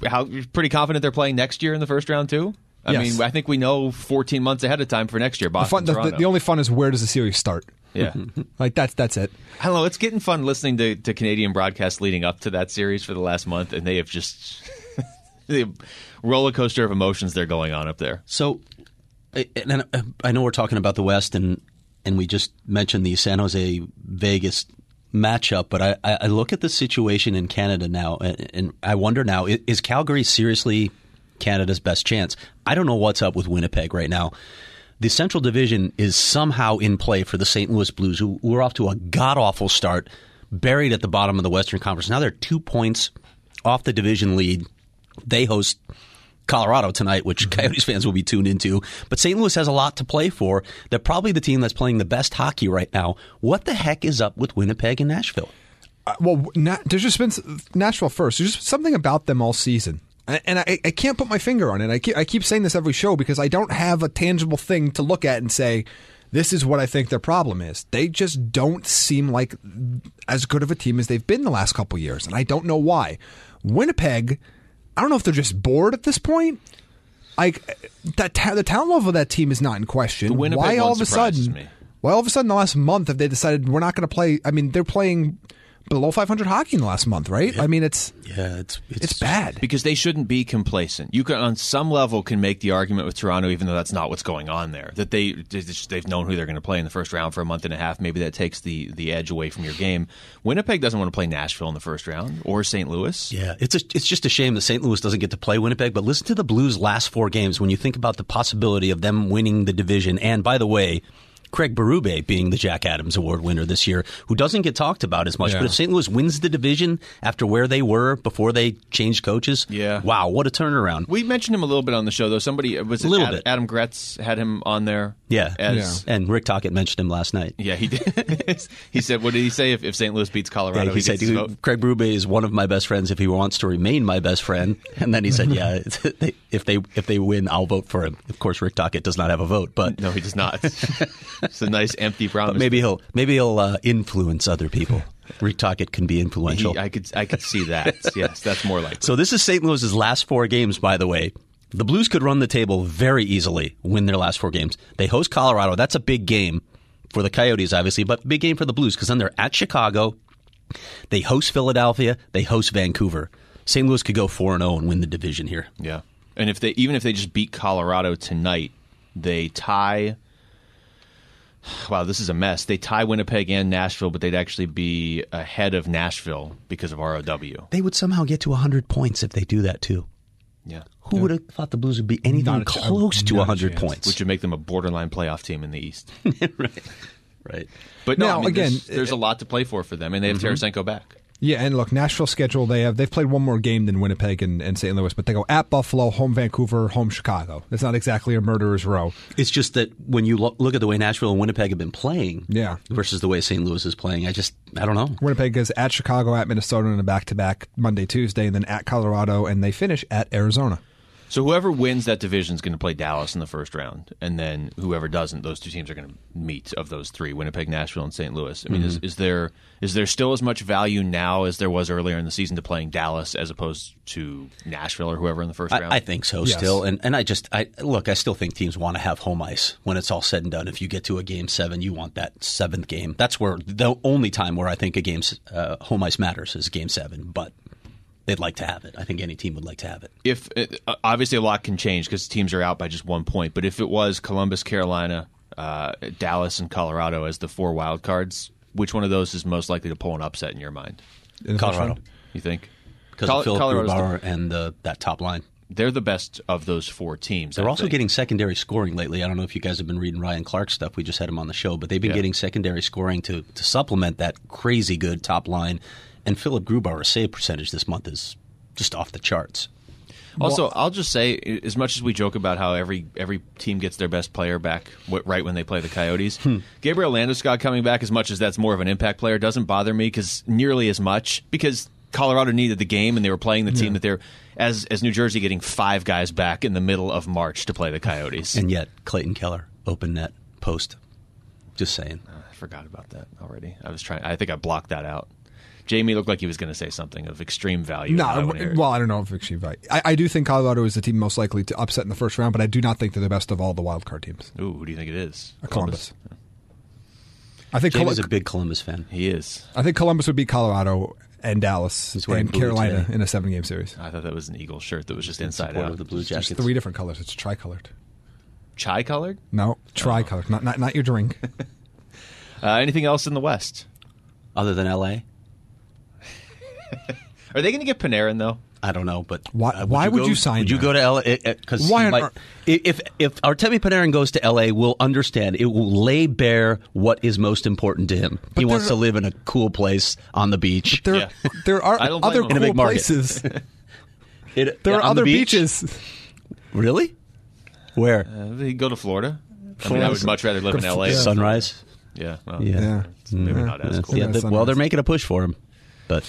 how you're pretty confident they're playing next year in the first round too. I Yes. mean, I think we know 14 months ahead of time for next year. The, Boston, fun, the, the, Toronto. the only fun is where does the series start? yeah. <laughs> Like that's that's it. I don't know. It's getting fun listening to, to Canadian broadcasts leading up to that series for the last month, and they have just <laughs> the roller coaster of emotions they're going on up there. So, I- and I- I know we're talking about the West, and and we just mentioned the San Jose Vegas matchup, but I, I I look at the situation in Canada now, and, and I wonder now i- is Calgary seriously Canada's best chance? I don't know what's up with Winnipeg right now. The Central Division is somehow in play for the St. Louis Blues, who were off to a god awful start, buried at the bottom of the Western Conference. Now they're two points off the division lead. They host Colorado tonight, which Coyotes fans will be tuned into. But St. Louis has a lot to play for. They're probably the team that's playing the best hockey right now. What the heck is up with Winnipeg and Nashville? Uh, well, na- there's just been s- Nashville first. There's just something about them all season, and, and I, I can't put my finger on it. I keep, I keep saying this every show because I don't have a tangible thing to look at and say this is what I think their problem is. They just don't seem like as good of a team as they've been the last couple years, and I don't know why. Winnipeg, I don't know if they're just bored at this point. Like that, ta- the talent level of that team is not in question. Winnipeg why one all of a surprises sudden? me. Well, all of a sudden, the last month, have they decided we're not going to play? I mean, they're playing below 500 hockey in the last month, right? I mean, it's Yeah, it's it's bad. because they shouldn't be complacent. You can, on some level, can make the argument with Toronto, even though that's not what's going on there. That they they just- they've known who they're going to play in the first round for a month and a half. Maybe that takes the the edge away from your game. Winnipeg doesn't want to play Nashville in the first round or St. Louis. Yeah, it's a, it's just a shame that St. Louis doesn't get to play Winnipeg. But listen to the Blues' last four games. When you think about the possibility of them winning the division, and by the way, Craig Berube being the Jack Adams Award winner this year, who doesn't get talked about as much. Yeah. But if St. Louis wins the division after where they were before they changed coaches, Yeah. wow, what a turnaround! We mentioned him a little bit on the show, though. Somebody uh, was it Little Ad- bit. Adam Gretz had him on there. Yeah. as And Rick Tockett mentioned him last night. Yeah, he did. <laughs> he said, "What did he say? If, if St. Louis beats Colorado, Yeah, he said gets his vote. Craig Berube is one of my best friends if he wants to remain my best friend. <laughs> And then he said, "Yeah, <laughs> they- if they if they win, I'll vote for him." Of course, Rick Tockett does not have a vote, <laughs> but No, he does <laughs> not. it's a nice empty promise. but maybe he'll maybe he'll uh, influence other people. Rick Tockett can be He- influential. I could I could see that. yes, that's more like. so this is St. Louis's last four games, by the way. The Blues could run the table very easily, win their last four games. They host Colorado. That's a big game for the Coyotes, obviously, but big game for the Blues because then they're at Chicago. They host Philadelphia. They host Vancouver. St. Louis could go four and zero and win the division here. Yeah, and if they even if they just beat Colorado tonight, they tie. Wow, this is a mess. They tie Winnipeg and Nashville, but they'd actually be ahead of Nashville because of ROW. They would somehow get to hundred points if they do that too. Yeah, Who would have thought the Blues would be anything Not a ch- close to not a hundred chance. points? which would make them a borderline playoff team in the East. <laughs> right. But no, Now, I mean, again, there's, there's a lot to play for for them, and they have Tarasenko back. Yeah, and look, Nashville schedule they have they've played one more game than Winnipeg and, and St. Louis, but they go at Buffalo, home Vancouver, home Chicago. It's not exactly a murderer's row. It's just that when you lo- look at the way Nashville and Winnipeg have been playing, Yeah. versus the way St. Louis is playing, I just I don't know. Winnipeg goes at Chicago, at Minnesota in a back to back Monday, Tuesday, and then at Colorado, and they finish at Arizona. So whoever wins that division is going to play Dallas in the first round, and then whoever doesn't, those two teams are going to meet. Of those three, Winnipeg, Nashville, and St. Louis. I mean, is, Mm-hmm. is there is there still as much value now as there was earlier in the season to playing Dallas as opposed to Nashville or whoever in the first round? I, I think so Yes. still, and and I just I look. I still think teams want to have home ice when it's all said and done. If you get to a game seven, you want that seventh game. That's where the only time where I think a game's uh, home ice matters is game seven. But they'd like to have it. I think any team would like to have it. if uh, obviously a lot can change because teams are out by just one point, but if it was Columbus, Carolina, uh, Dallas, and Colorado as the four wild cards, which one of those is most likely to pull an upset in your mind? In the first Colorado. round? You think? Because Col- of Philip Colorado's the- Grubauer and the, that top line. They're the best of those four teams. They're I also think. getting secondary scoring lately. I don't know if you guys have been reading Ryan Clark's stuff. We just had him on the show, but they've been Yeah. getting secondary scoring to, to supplement that crazy good top line. And Philip Grubauer's save percentage this month is just off the charts. Also, I'll just say, i- as much as we joke about how every every team gets their best player back w- right when they play the Coyotes, Gabriel Landeskog coming back, as much as that's more of an impact player, doesn't bother me because nearly as much because Colorado needed the game and they were playing the team that they're as as New Jersey getting five guys back in the middle of March to play the Coyotes. And yet, Clayton Keller, open net, post. Just saying. I forgot about that already. I was trying. I think I blocked that out. Jamie looked like he was going to say something of extreme value. and I No, wouldn't hear it. well, I don't know if actually right. I, I do think Colorado is the team most likely to upset in the first round, but I do not think they're the best of all the wild card teams. Uh, Ooh, who do you think it is? Columbus. I think Jamie's Colu- a big Columbus fan. He is. I think Columbus would beat Colorado and Dallas He's wearing and blue Carolina today. in a seven game series. I thought that was an Eagle shirt that was just inside Support out. of the Blue There's Jackets. three different colors. It's tricolored. chai colored. No, tricolored. Not not not your drink. Uh, anything else in the West? Other than LA? Are they going to get Panarin though? I don't know, but Why- why would go- you sign Would you that? go to uh, LA? Because Why on ear- if if Artemi Panarin goes to LA, we'll understand. It will lay bare what is most important to him. he wants there- to live in a cool place on the beach. There Yeah. there are I don't blame other them. In a cool big market. places. It- uh, There on are the other beach? beaches. Really? Where Uh, they go to Florida. I mean, I would much rather live in LA. Yeah. sunrise? Yeah. well, Yeah. Uh, Mm-hmm. Yeah. it's Maybe not as cool. Yeah. Yeah, the- well, sunrise. they're making a push for him, but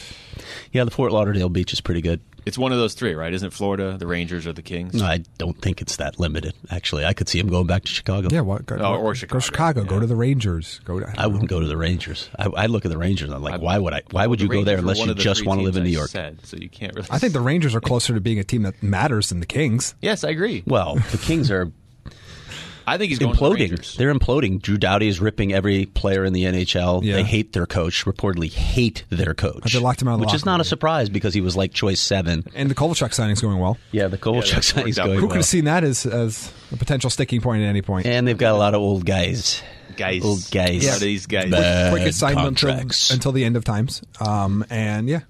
yeah, the Fort Lauderdale beach is pretty good. It's one of those three, right? Isn't it Florida the Rangers or the Kings? No, I don't think it's that limited. Actually, I could see him going back to Chicago. Yeah, what? Go, Oh, or go Chicago. Chicago. Go Yeah. to the Rangers. Go to I wouldn't go to the Rangers. I, I look at the Rangers. and I'm like, why would I? Why would The you go there Rangers were unless one you of the just three want to live in teams New I York? said, so you can't really. I think the Rangers are closer to being a team that matters than the Kings. Yes, I agree. <laughs> Well, the Kings are I think he's going To the imploding. Rangers. They're imploding. Drew Doughty is ripping every player in the NHL. Yeah. They hate their coach. Reportedly hate their coach. they locked him out of the which is locker not room. a surprise because he was like choice seven. And the Kovalchuk signing's going well. Yeah, the that Kovalchuk signing worked is out going pretty Who well. could have seen that as as a potential sticking point at any point? And they've got a lot of old guys. guys. Old guys. Are these guys? Bad Quick assignment until, contracts. until the end of times. Um, and yeah,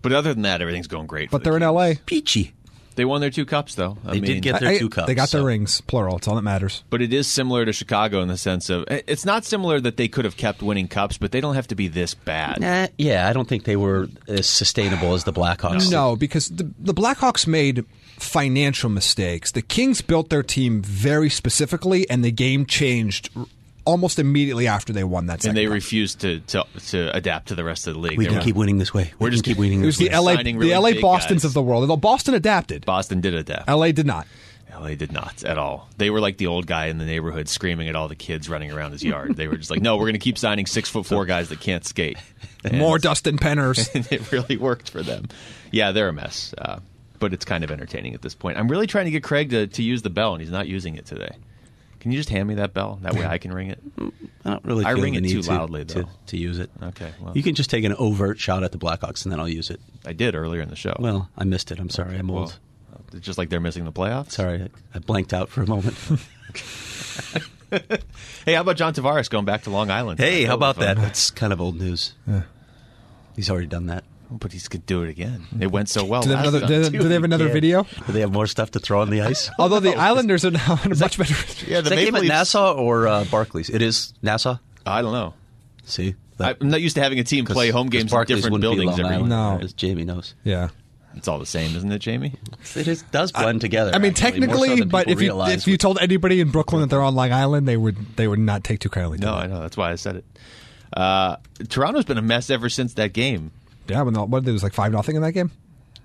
But other than that, everything's going great. but for they're the in LA. Peachy. Kings. They won their two cups though. I They did mean- get their I- two cups, They got their so. rings, plural. It's all that matters. but it is similar to Chicago in the sense of eh, it's not similar that they could have kept winning cups, but they don't have to be this bad. Nah, yeah, I don't think they were as sustainable as the Blackhawks. No, because the, the Blackhawks made financial mistakes. The Kings built their team very specifically, and the game changed r- almost immediately after they won that. and second they cup. refused to, to to adapt to the rest of the league. We They can were- keep winning this way. We're We just just keep winning it was this the way. LA, signing really the LA big Bostons guys. of the world. Although Boston adapted, Boston did adapt. LA did not. LA did not at all. They were like the old guy in the neighborhood screaming at all the kids running around his yard. they were just like, "No, we're going to keep signing six foot four guys that can't skate." <laughs> And- More Dustin <laughs> Penners. and it really worked for them. Yeah, they're a mess, uh, but it's kind of entertaining at this point. I'm really trying to get Craig to, to use the bell, and he's not using it today. Can you just hand me that bell? That way I can ring it. I don't really. I feel ring the it need too to- loudly, though. to, to use it. Okay, well. you can just take an overt shot at the Blackhawks, and then I'll use it. I did earlier in the show. Well, I missed it. I'm sorry. I'm old. Well, just like they're missing the playoffs. Sorry, I- I blanked out for <laughs> a moment. Hey, how about John Tavares going back to Long Island? hey, Uh, how about phone. that? That's kind of old news. He's already done that. But he's going to do it again. It went so well. Do they have last another, time, do they, too. do they have another video? Do they have more stuff to throw on <laughs> the ice? Although the Islanders are now in a much better. Yeah, Is Oh, the that game Maple at Leafs. Nassau or uh, Barclays? It is Nassau. I don't know. See, I- I'm not used to having a team play home games in different buildings every Island. No. as Jamie knows. Yeah. It's all the same, isn't it, Jamie? It is, does blend together. I mean, actually, more so technically, than but people if you realize if you told anybody in Brooklyn that they're on Long Island, they would they would not take too kindly. to No, it. I know. That's why I said it. Uh, Toronto's been a mess ever since that game. Yeah, when the, what did it was like five nothing in that game.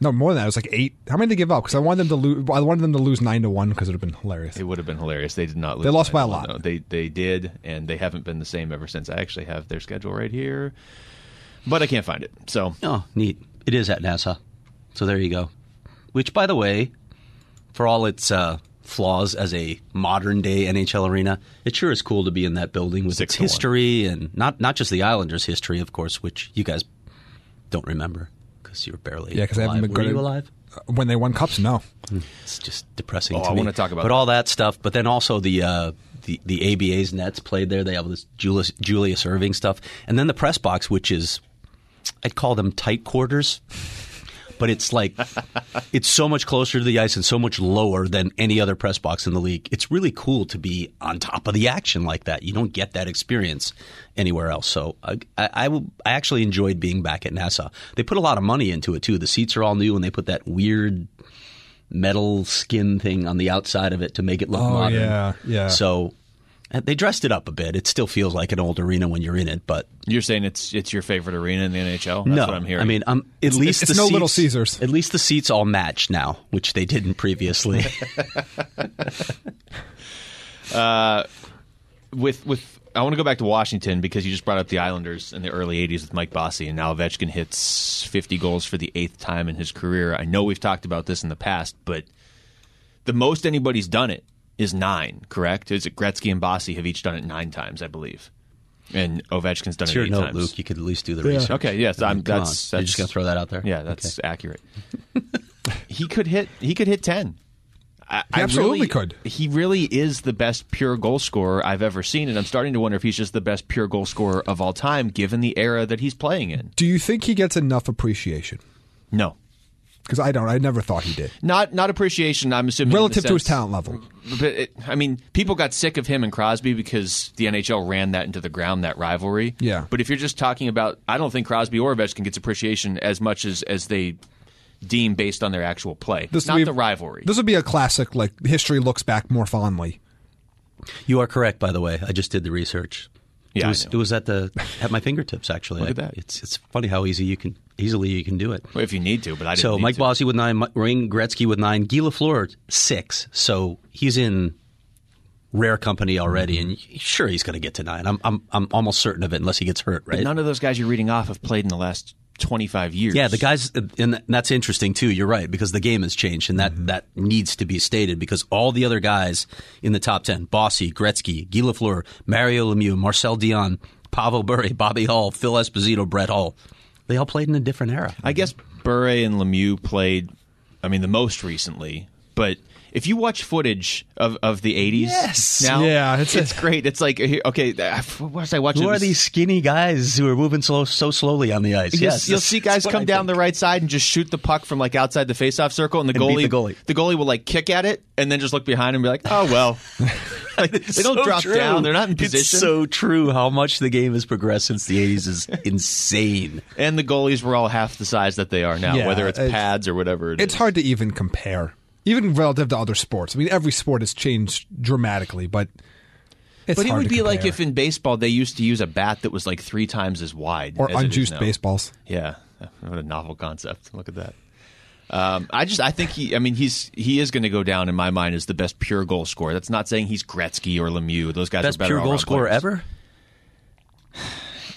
No, more than that. It was like eight. How many did they give up? Because I wanted them to lose. I wanted them to lose nine to one because it would have been hilarious. It would have been hilarious. They did not lose. They lost tonight. by a lot. No, they they did, and they haven't been the same ever since. I actually have their schedule right here, but I can't find it. So Oh, neat. It is at NASA. So there you go. Which, by the way, for all its uh, flaws as a modern day NHL arena, it sure is cool to be in that building with Six its to one. history and not, not just the Islanders' history, of course, which you guys don't remember because you're barely Yeah, because I haven't alive. been Were good. you alive? Uh, When they won cups, no. It's just depressing. Oh, to I me. wanna talk about but that. all that stuff. But then also the uh, the the ABA's nets played there. They have this Julius, Julius Irving stuff, and then the press box, which is I'd call them tight quarters, but it's like it's so much closer to the ice and so much lower than any other press box in the league. It's really cool to be on top of the action like that. You don't get that experience anywhere else. So I I, I, will- I actually enjoyed being back at NASA. They put a lot of money into it too. The seats are all new, and they put that weird metal skin thing on the outside of it to make it look modern. Oh, yeah, yeah. So uh, they dressed it up a bit. It still feels like an old arena when you're in it, but you're saying it's it's your favorite arena in the NHL? That's no, what I'm hearing. I mean, um, at least it's the no seats, Little Caesars. At least the seats all match now, which they didn't previously. <laughs> with with I want to go back to Washington because you just brought up the Islanders in the early '80s with Mike Bossy, and now Ovechkin hits 50 goals for the eighth time in his career. I know we've talked about this in the past, but the most anybody's done it is nine. Correct? Is it Gretzky and Bossy have each done it nine times, I believe, and Ovechkin's done it's it your eight note, times. Luke. You could at least do the research. Okay, yes, I I'm, mean, come that's, on. that's you're just gonna throw that out there. Yeah, that's accurate. <laughs> he could hit. He could hit ten. I, I absolutely really- could. He really is the best pure goal scorer I've ever seen, and I'm starting to wonder if he's just the best pure goal scorer of all time, given the era that he's playing in. Do you think he gets enough appreciation? No, Because I don't. I never thought he did. not not appreciation. I'm assuming in the Relative to his sense- talent level, But it, I mean, people got sick of him and Crosby because the NHL ran that into the ground, that rivalry. Yeah. But if you're just talking about, I don't think Crosby or Ovechkin gets appreciation as much as as they deem based on their actual play, This not would be- the rivalry. This would be a classic. Like history looks back more fondly. You are correct, by the way. I just did the research. Yeah, it I was, know. it was at the at my fingertips actually. Look at I- that. It's it's funny how easy you can easily you can do it. if you need to, but I didn't. So need Mike to. Bossy with nine, Mi- Ring Gretzky with nine, Guy Lafleur six. So he's in rare company already, and sure he's going to get to nine. I'm I'm I'm almost certain of it, unless he gets hurt. Right? But none of those guys you're reading off have played in the last 25 years. Yeah, the guys, and that's interesting too. You're right because the game has changed, and that that needs to be stated because all the other guys in the top ten: Bossy, Gretzky, Guy Lafleur, Mario Lemieux, Marcel Dion, Pavel Bure, Bobby Hall, Phil Esposito, Brett Hull. They all played in a different era. I guess Burre and Lemieux played, I mean, the most recently, but. If you watch footage of, of the 80s Yes. now, Yeah, it's it's, a- great. It's like, okay, I- what was I watching? Who are this- these skinny guys who are moving so, so slowly on the ice? You'll- yes, you'll that's- see guys that's what come I down think. the right side and just shoot the puck from like outside the faceoff circle, and the And goalie, beat the goalie. will like kick at it and then just look behind him and be like, "Oh <laughs> well." like, they don't so drop true. down; they're not in It's position. so true. How much the game has progressed since the '80s is insane. and the goalies were all half the size that they are now, Yeah, whether it's it's- pads or whatever. it It's is. hard to even compare, even relative to other sports. I mean, every sport has changed dramatically, but it's But it hard would to be like compare. if in baseball they used to use a bat that was like three times as wide or as it is unjuiced now. baseballs. Yeah, <laughs> what a novel concept. Look at that. Um, I just I think he I mean he's he is going to go down in my mind as the best pure goal scorer. That's not saying he's Gretzky or Lemieux. Those guys Best are better pure goal all-around scorer players. ever.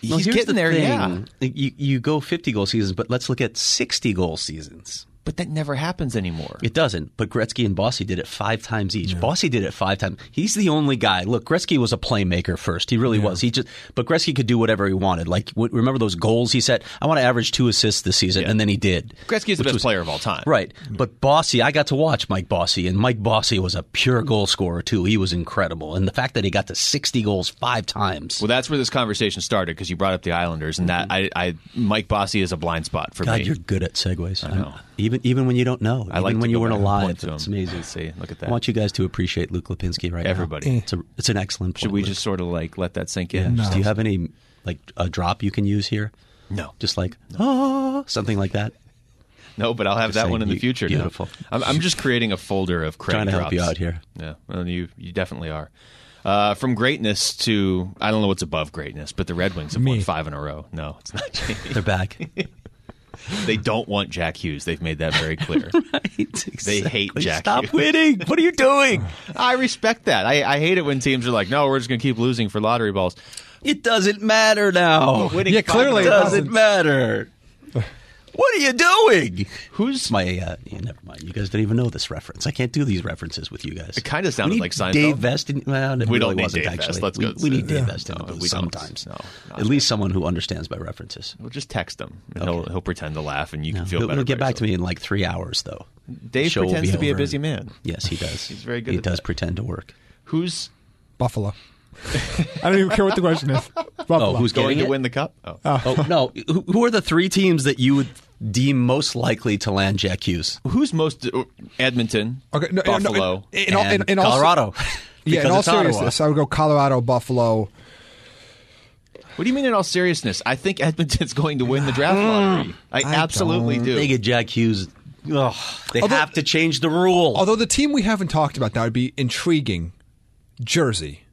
He's No, here's getting the there, thing. yeah. You you go 50 goal seasons, but let's look at 60 goal seasons. But that never happens anymore. It doesn't. But Gretzky and Bossy did it five times each. Bossy did it five times. He's the only guy. Look, Gretzky was a playmaker first. He really was. He just, but Gretzky could do whatever he wanted. Like w- remember those goals he set? I want to average two assists this season, and then he did. Gretzky is the Which best was- player of all time. Right. But Bossy, I got to watch Mike Bossy, and Mike Bossy was a pure goal scorer too. He was incredible, and the fact that he got to 60 goals five times. Well, that's where this conversation started because you brought up the Islanders, and that I, I Mike Bossy is a blind spot for Mm-hmm. God, me. you're good at segues. I know. Even even when you don't know, I even like to when you go weren't back and alive, point to it's him amazing. and say, look at that. I want you guys to appreciate Luke Lipinski right Everybody. now. Eh. it's a, it's an excellent. Point, Should we Luke. just sort of like let that sink Yeah, in? just- Do you have any like a drop you can use here? No. Just like oh, something like that. No, but I'll have Just that one saying, in the you- future. now. beautiful. I'm, I'm just creating a folder of Craig Trying to drops. help you out here. Yeah, well, you you definitely are. Uh, from greatness to I don't know what's above greatness, but the Red Wings have won Me. five in a row. No, it's not. Jamie. They're back. <laughs> They don't want Jack Hughes. They've made that very <laughs> clear. They hate Jack Stop Hughes. winning. What are you doing? <laughs> I respect that. I, I hate it when teams are like, no, we're just going to keep losing for lottery balls. It doesn't matter now. Winning Yeah, five clearly It to- does. <laughs> doesn't matter. What are you doing? Who's My, uh, yeah, never mind. You guys don't even know this reference. I can't do these references with you guys. It kinda sounded like Seinfeld. Dave Vest. In, well, it We really don't need wasn't Dave Vest. actually. Let's we, go- we need Dave Yeah. Vest in the No, booth we don't. sometimes. No, not at least someone who understands my references. We'll just text him, and he'll he'll pretend to laugh, and you can feel He'll, better. he'll get about back to me in like three hours, though. yourself. The Dave show will pretends to be a over. busy man. Yes, he does. He's very good He at does that. pretend to work. Who's Buffalo. <laughs> I don't even care what the question is. Buffalo. Oh, who's going getting to it? win the cup? Oh. <laughs> Oh no! Who, who are the three teams that you would deem most likely to land Jack Hughes? Who's most uh, Edmonton? Okay, no, no, no, Buffalo. in- in all- in- And in all- <laughs> Colorado. <laughs> Yeah, in Because all it's Ottawa. seriousness, I would go Colorado, Buffalo. what do you mean? In all seriousness, I think Edmonton's <laughs> going to win the <gasps> draft lottery. I, I absolutely don't. do. They get Jack Hughes. Ugh, they Although- have to change the rule. Although the team we haven't talked about that would be intriguing, Jersey.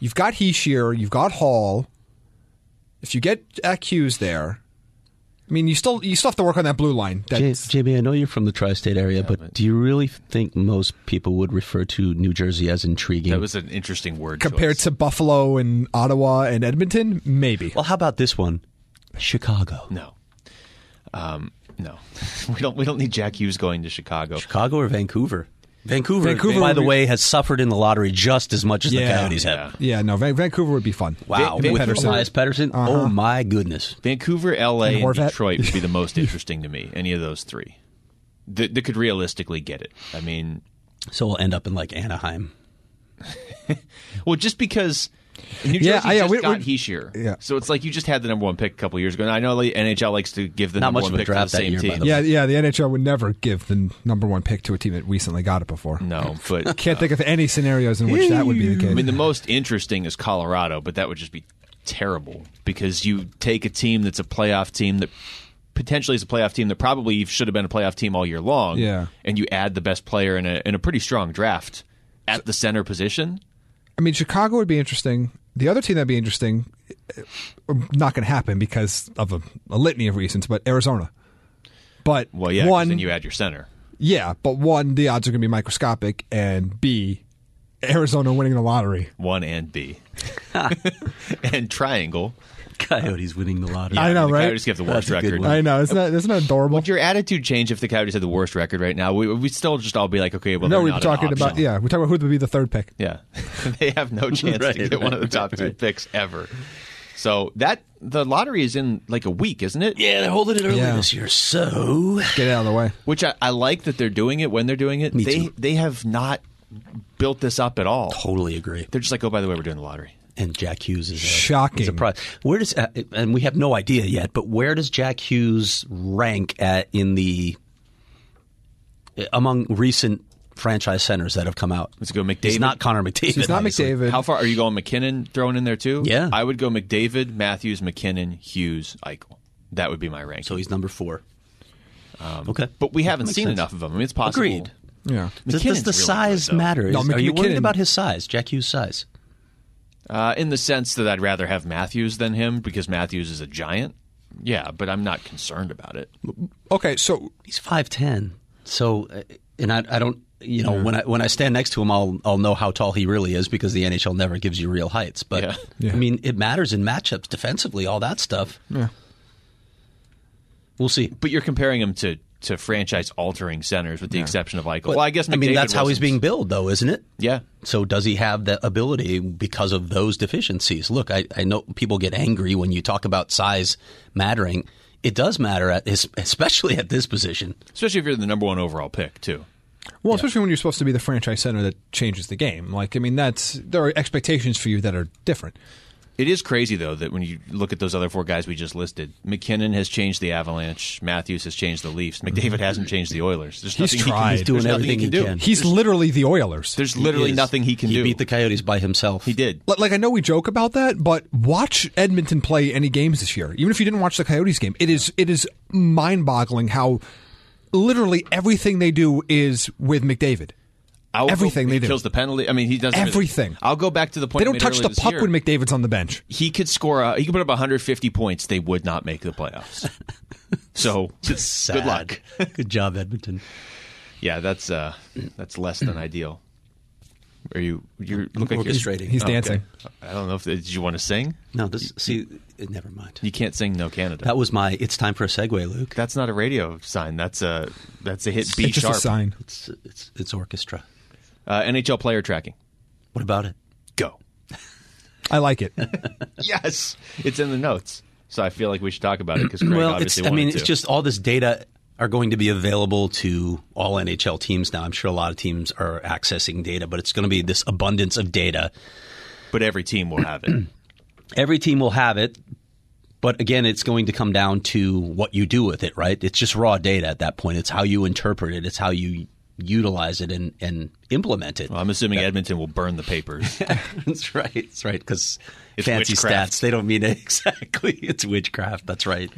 You've got Heeshear, you've got Hall. If you get Jack Hughes there, I mean, you still you still have to work on that blue line. J- That's, JB, I know you're from the tri-state area, but, do you really think most people would refer to New Jersey as intriguing? that was an interesting word. compared choice. to Buffalo and Ottawa and Edmonton, maybe. well, how about this one, Chicago? no, um, no, <laughs> we don't. We don't need Jack Hughes going to Chicago. Chicago or Vancouver? Vancouver, Vancouver by would the be- way, has suffered in the lottery just as much as the Yeah. Coyotes have. yeah, no, Van- Vancouver would be fun. Wow, Van- with Pettersson. Elias Pettersson. Uh-huh. Oh my goodness! Vancouver, L.A., and, And Horvat. Detroit would be the <laughs> most interesting to me. Any of those three that, that could realistically get it. I mean, So we'll end up in like Anaheim. Well, just because New Jersey Yeah, yeah, just we- got we- Heeshear. yeah. So it's like you just had the number one pick a couple years ago. And I know the NHL likes to give the Not number much one of a pick draft to the that same year, by team. the way. Yeah, yeah, the NHL would never give the number one pick to a team that recently got it <laughs> before. No, but Can't think of any scenarios in which that would be the I case. mean the most interesting is Colorado, but that would just be terrible because you take a team that's a playoff team that potentially is a playoff team that probably should have been a playoff team all year long. Yeah. And you add the best player in a in a pretty strong draft at the center position. I mean, Chicago would be interesting. The other team that'd be interesting, eh, not going to happen because of a, a litany of reasons, but Arizona. But Well, yeah, 'cause one, then you add your center. yeah, but one, the odds are going to be microscopic, and B, Arizona winning the lottery. One and <laughs> B. <laughs> and triangle. Coyotes winning the lottery. I know, the right? Coyotes have the worst That's a good record. one. I know, isn't that isn't that adorable? Would your attitude change if the Coyotes had the worst record right now? We we still just all be like, okay, well, No, they're we not were an talking about option. yeah, we're talking about who would be the third pick. yeah, <laughs> they have <laughs> no chance Right, to get one of the right, top two right. picks ever. So that the lottery is in like a week, isn't it? Yeah, they're holding it early Yeah. this year. So Get it out of the way. Which I, I like that they're doing it when they're doing it. Me they too. they have not built this up at all. totally agree. They're just like, oh, by the way, we're doing the lottery. And Jack Hughes is a, Shocking. Is a pro- where does uh, and we have no idea yet, but where does Jack Hughes rank at in the uh, among recent franchise centers that have come out? Let's go McDavid. He's not Connor McDavid. He's not obviously. McDavid. How far are you going? McKinnon thrown in there too? Yeah. I would go McDavid, Matthews, McKinnon, Hughes, Eichel. That would be my ranking. So he's number four. Um, okay, but we haven't Makes seen sense. enough of them. I mean, it's possible. Agreed. Yeah. Does, McKinnon's does the really size good, though. matter? No, Is- are you worried McKinnon- about his size, Jack Hughes' size? Uh, in the sense that I'd rather have Matthews than him because Matthews is a giant. Yeah, but I'm not concerned about it. Okay, so He's five ten. So, uh, and I, I don't, you know, when I when I stand next to him, I'll I'll know how tall he really is because the NHL never gives you real heights. But Yeah. Yeah. I mean, it matters in matchups, defensively, all that stuff. Yeah. We'll see. But you're comparing him to, to franchise altering centers with the exception of Eichel. But, well, I guess I mean McDavid that's how he's wasn't. being billed, though, isn't it? Yeah. So does he have the ability because of those deficiencies? Look, I, I know people get angry when you talk about size mattering. It does matter, at, especially at this position. Especially if you're the number one overall pick, too. Well, especially when you're supposed to be the franchise center that changes the game. Like, I mean, that's there are expectations for you that are different. It is crazy, though, that when you look at those other four guys we just listed, McKinnon has changed the Avalanche, Matthews has changed the Leafs, McDavid hasn't changed the Oilers. There's He's nothing he can- tried. He's doing there's nothing everything he can do. can. He's literally the Oilers. There's literally is. nothing he can do. He beat the Coyotes by himself. he did. Li- like I know we joke about that, but watch Edmonton play any games this year. Even if you didn't watch the Coyotes game, it is it is mind-boggling how literally everything they do is with McDavid. I'll Everything go, they he do. kills the penalty. I mean, he does everything. Everything. I'll go back to the point. They don't made touch earlier the this puck year. when McDavid's on the bench. <laughs> he could score. A, he could put up 150 points. They would not make the playoffs. So Just good luck. sad. <laughs> good job, Edmonton. Yeah, that's uh, that's less than ideal. Are you you look like you're Orchestrating. He's Oh, dancing. okay. I don't know if did you want to sing. No, this see, it- never mind. You can't sing "No Canada." That was my. It's time for a segue, Luke. that's not a radio sign. That's a that's a hit B It's just sharp. a sign. It's it's it's orchestra. Uh, NHL player tracking. What about it? Go. I like it. Yes, it's in the notes. So I feel like we should talk about it because Craig well, it's, obviously I wanted mean, to. it's just all this data are going to be available to all NHL teams now. I'm sure a lot of teams are accessing data, but it's going to be this abundance of data. but every team will have it. Every team will have it, but again, it's going to come down to what you do with it, right? It's just raw data at that point. It's how you interpret it. It's how you utilize it and, and implement it. Well, I'm assuming Edmonton will burn the papers. That's right. That's right. Because It's fancy witchcraft. stats, they don't mean <laughs> it exactly. It's witchcraft. That's right.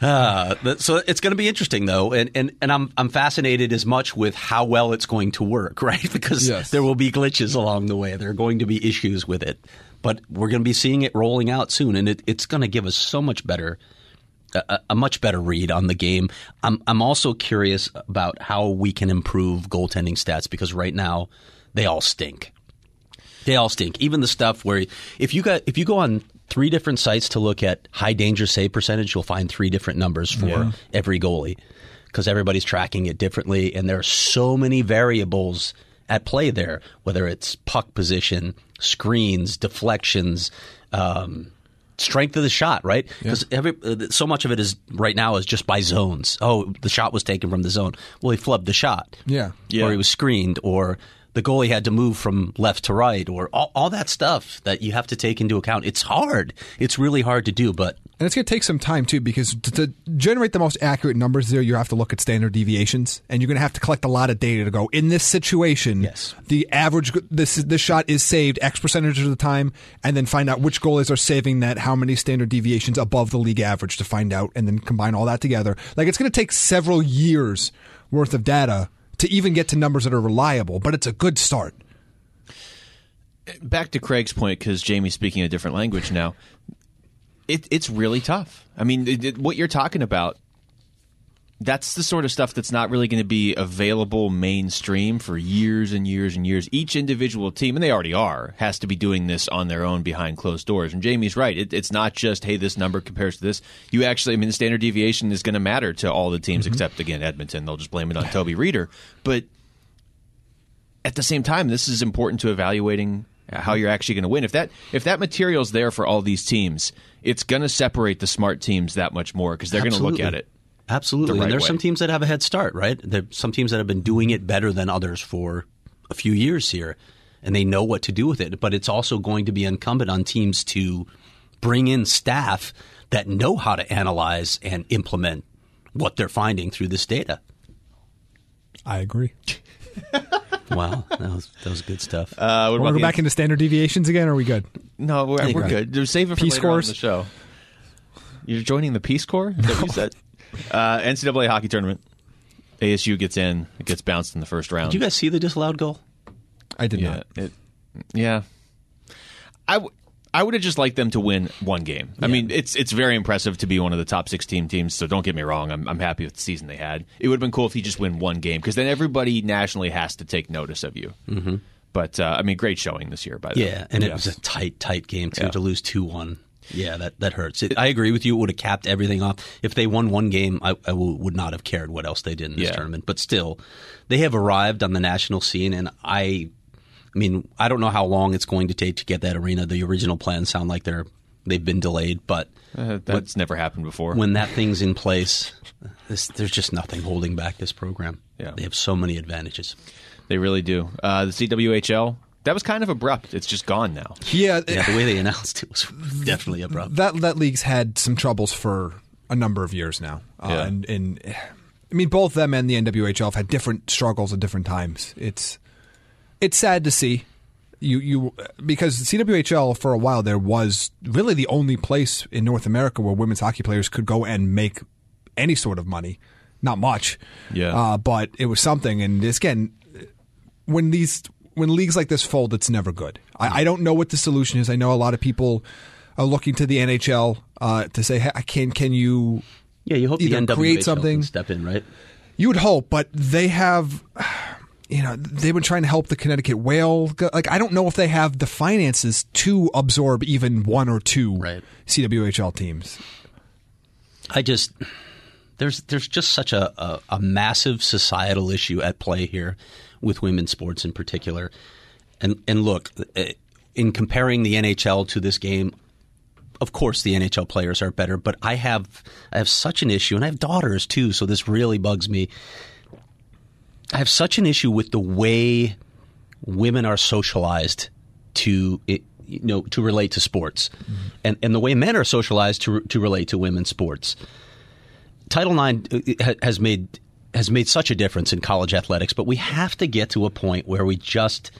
Uh, that- so it's going to be interesting, though, and, and and I'm I'm fascinated as much with how well it's going to work, <laughs> right? Because Yes. there will be glitches along the way. There are going to be issues with it, but we're going to be seeing it rolling out soon, and it, it's going to give us so much better a, a much better read on the game. I'm I'm also curious about how we can improve goaltending stats because right now they all stink. They all stink. Even the stuff where if you got if you go on three different sites to look at high danger save percentage, you'll find three different numbers for every goalie because everybody's tracking it differently, and there are so many variables at play there. Whether it's puck position, screens, deflections. Um, strength of the shot, right? Because every uh, so much of it is right now is just by zones. Oh, the shot was taken from the zone. Well, he flubbed the shot Yeah. Yeah. or he was screened, or the goalie had to move from left to right, or all, all that stuff that you have to take into account. It's hard. It's really hard to do, but And it's going to take some time too, because to, to generate the most accurate numbers there, you have to look at standard deviations, and you're going to have to collect a lot of data to go in this situation. Yes. the average g- this this shot is saved X percentage of the time, and then find out which goalies are saving that, how many standard deviations above the league average to find out, and then combine all that together. Like it's going to take several years worth of data to even get to numbers that are reliable, but it's a good start. <laughs> Back to Craig's point because Jamie's speaking a different language now. It, it's really tough. I mean, it, it- what you're talking about. That's the sort of stuff that's not really going to be available mainstream for years and years and years. Each individual team, and they already are, has to be doing this on their own behind closed doors. And Jamie's right. It, it's not just, hey, this number compares to this. You actually, I mean, the standard deviation is going to matter to all the Mm-hmm. teams except, again, Edmonton. They'll just blame it on Toby Reeder. But at the same time, this is important to evaluating how you're actually going to win. If that if that material's there for all these teams, it's going to separate the smart teams that much more because they're going to look Absolutely. at it. Absolutely. the right and there's way. some teams that have a head start, right? There some teams that have been doing it better than others for a few years here, and they know what to do with it. But it's also going to be incumbent on teams to bring in staff that know how to analyze and implement what they're finding through this data. I agree. Wow, that was, that was good stuff. Uh, what Want about to the go back into standard deviations again? Or are we good? No, we're, we're Okay. good. Just Save it for Peace later on in Corps? the show. You're joining the Peace Corps? Is that what you said? Uh, NCAA hockey tournament. ASU gets in. It gets bounced in the first round. Did you guys see the disallowed goal? I did yeah, not. it, yeah. I w- I would have just liked them to win one game. I mean, it's it's very impressive to be one of the top 16 teams. So don't get me wrong. I'm I'm happy with the season they had. It would have been cool if you just win one game because then everybody nationally has to take notice of you. Mm-hmm. But uh, I mean, great showing this year by the Yeah, and it was a tight, tight game too. To lose two one, yeah, that that hurts. It, I agree with you. It would have capped everything off. If they won one game, I, I w- would not have cared what else they did in this Yeah. tournament. But still, they have arrived on the national scene, and I, I mean, I don't know how long it's going to take to get that arena. The original plans sound like they're they've been delayed, but Uh, that's never happened before. when that thing's in place, this, there's just nothing holding back this program. Yeah. They have so many advantages. They really do. Uh, the CWHL that was kind of abrupt. It's just gone now. Yeah, Yeah, the way they announced it was definitely abrupt. that that league's had some troubles for a number of years now, uh, Yeah. and and I mean both them and the NWHL have had different struggles at different times. It's it's sad to see you you because CWHL for a while there was really the only place in North America where women's hockey players could go and make any sort of money, not much, Yeah. uh, but it was something. And this- again, when these when leagues like this fold, it's never good. I, I don't know what the solution is. I know a lot of people are looking to the NHL uh, to say, "Hey, "Can can you Yeah, you hope the Either NWHL create can something- step in, right? You would hope, but they have, <sighs> you know, they've been trying to help the Connecticut Whale. go- Like, I don't know if they have the finances to absorb even one or two Right. CWHL teams. I just there's there's just such a, a, a massive societal issue at play here with women's sports in particular. And and look, eh, in comparing the NHL to this game, of course the NHL players are better, but I have I have such an issue and I have daughters too, so this really bugs me. I have such an issue with the way women are socialized to it, you know to relate to sports, and and the way men are socialized to to relate to women's sports. Title IX uh, ha- has made has made such a difference in college athletics, but we have to get to a point where we just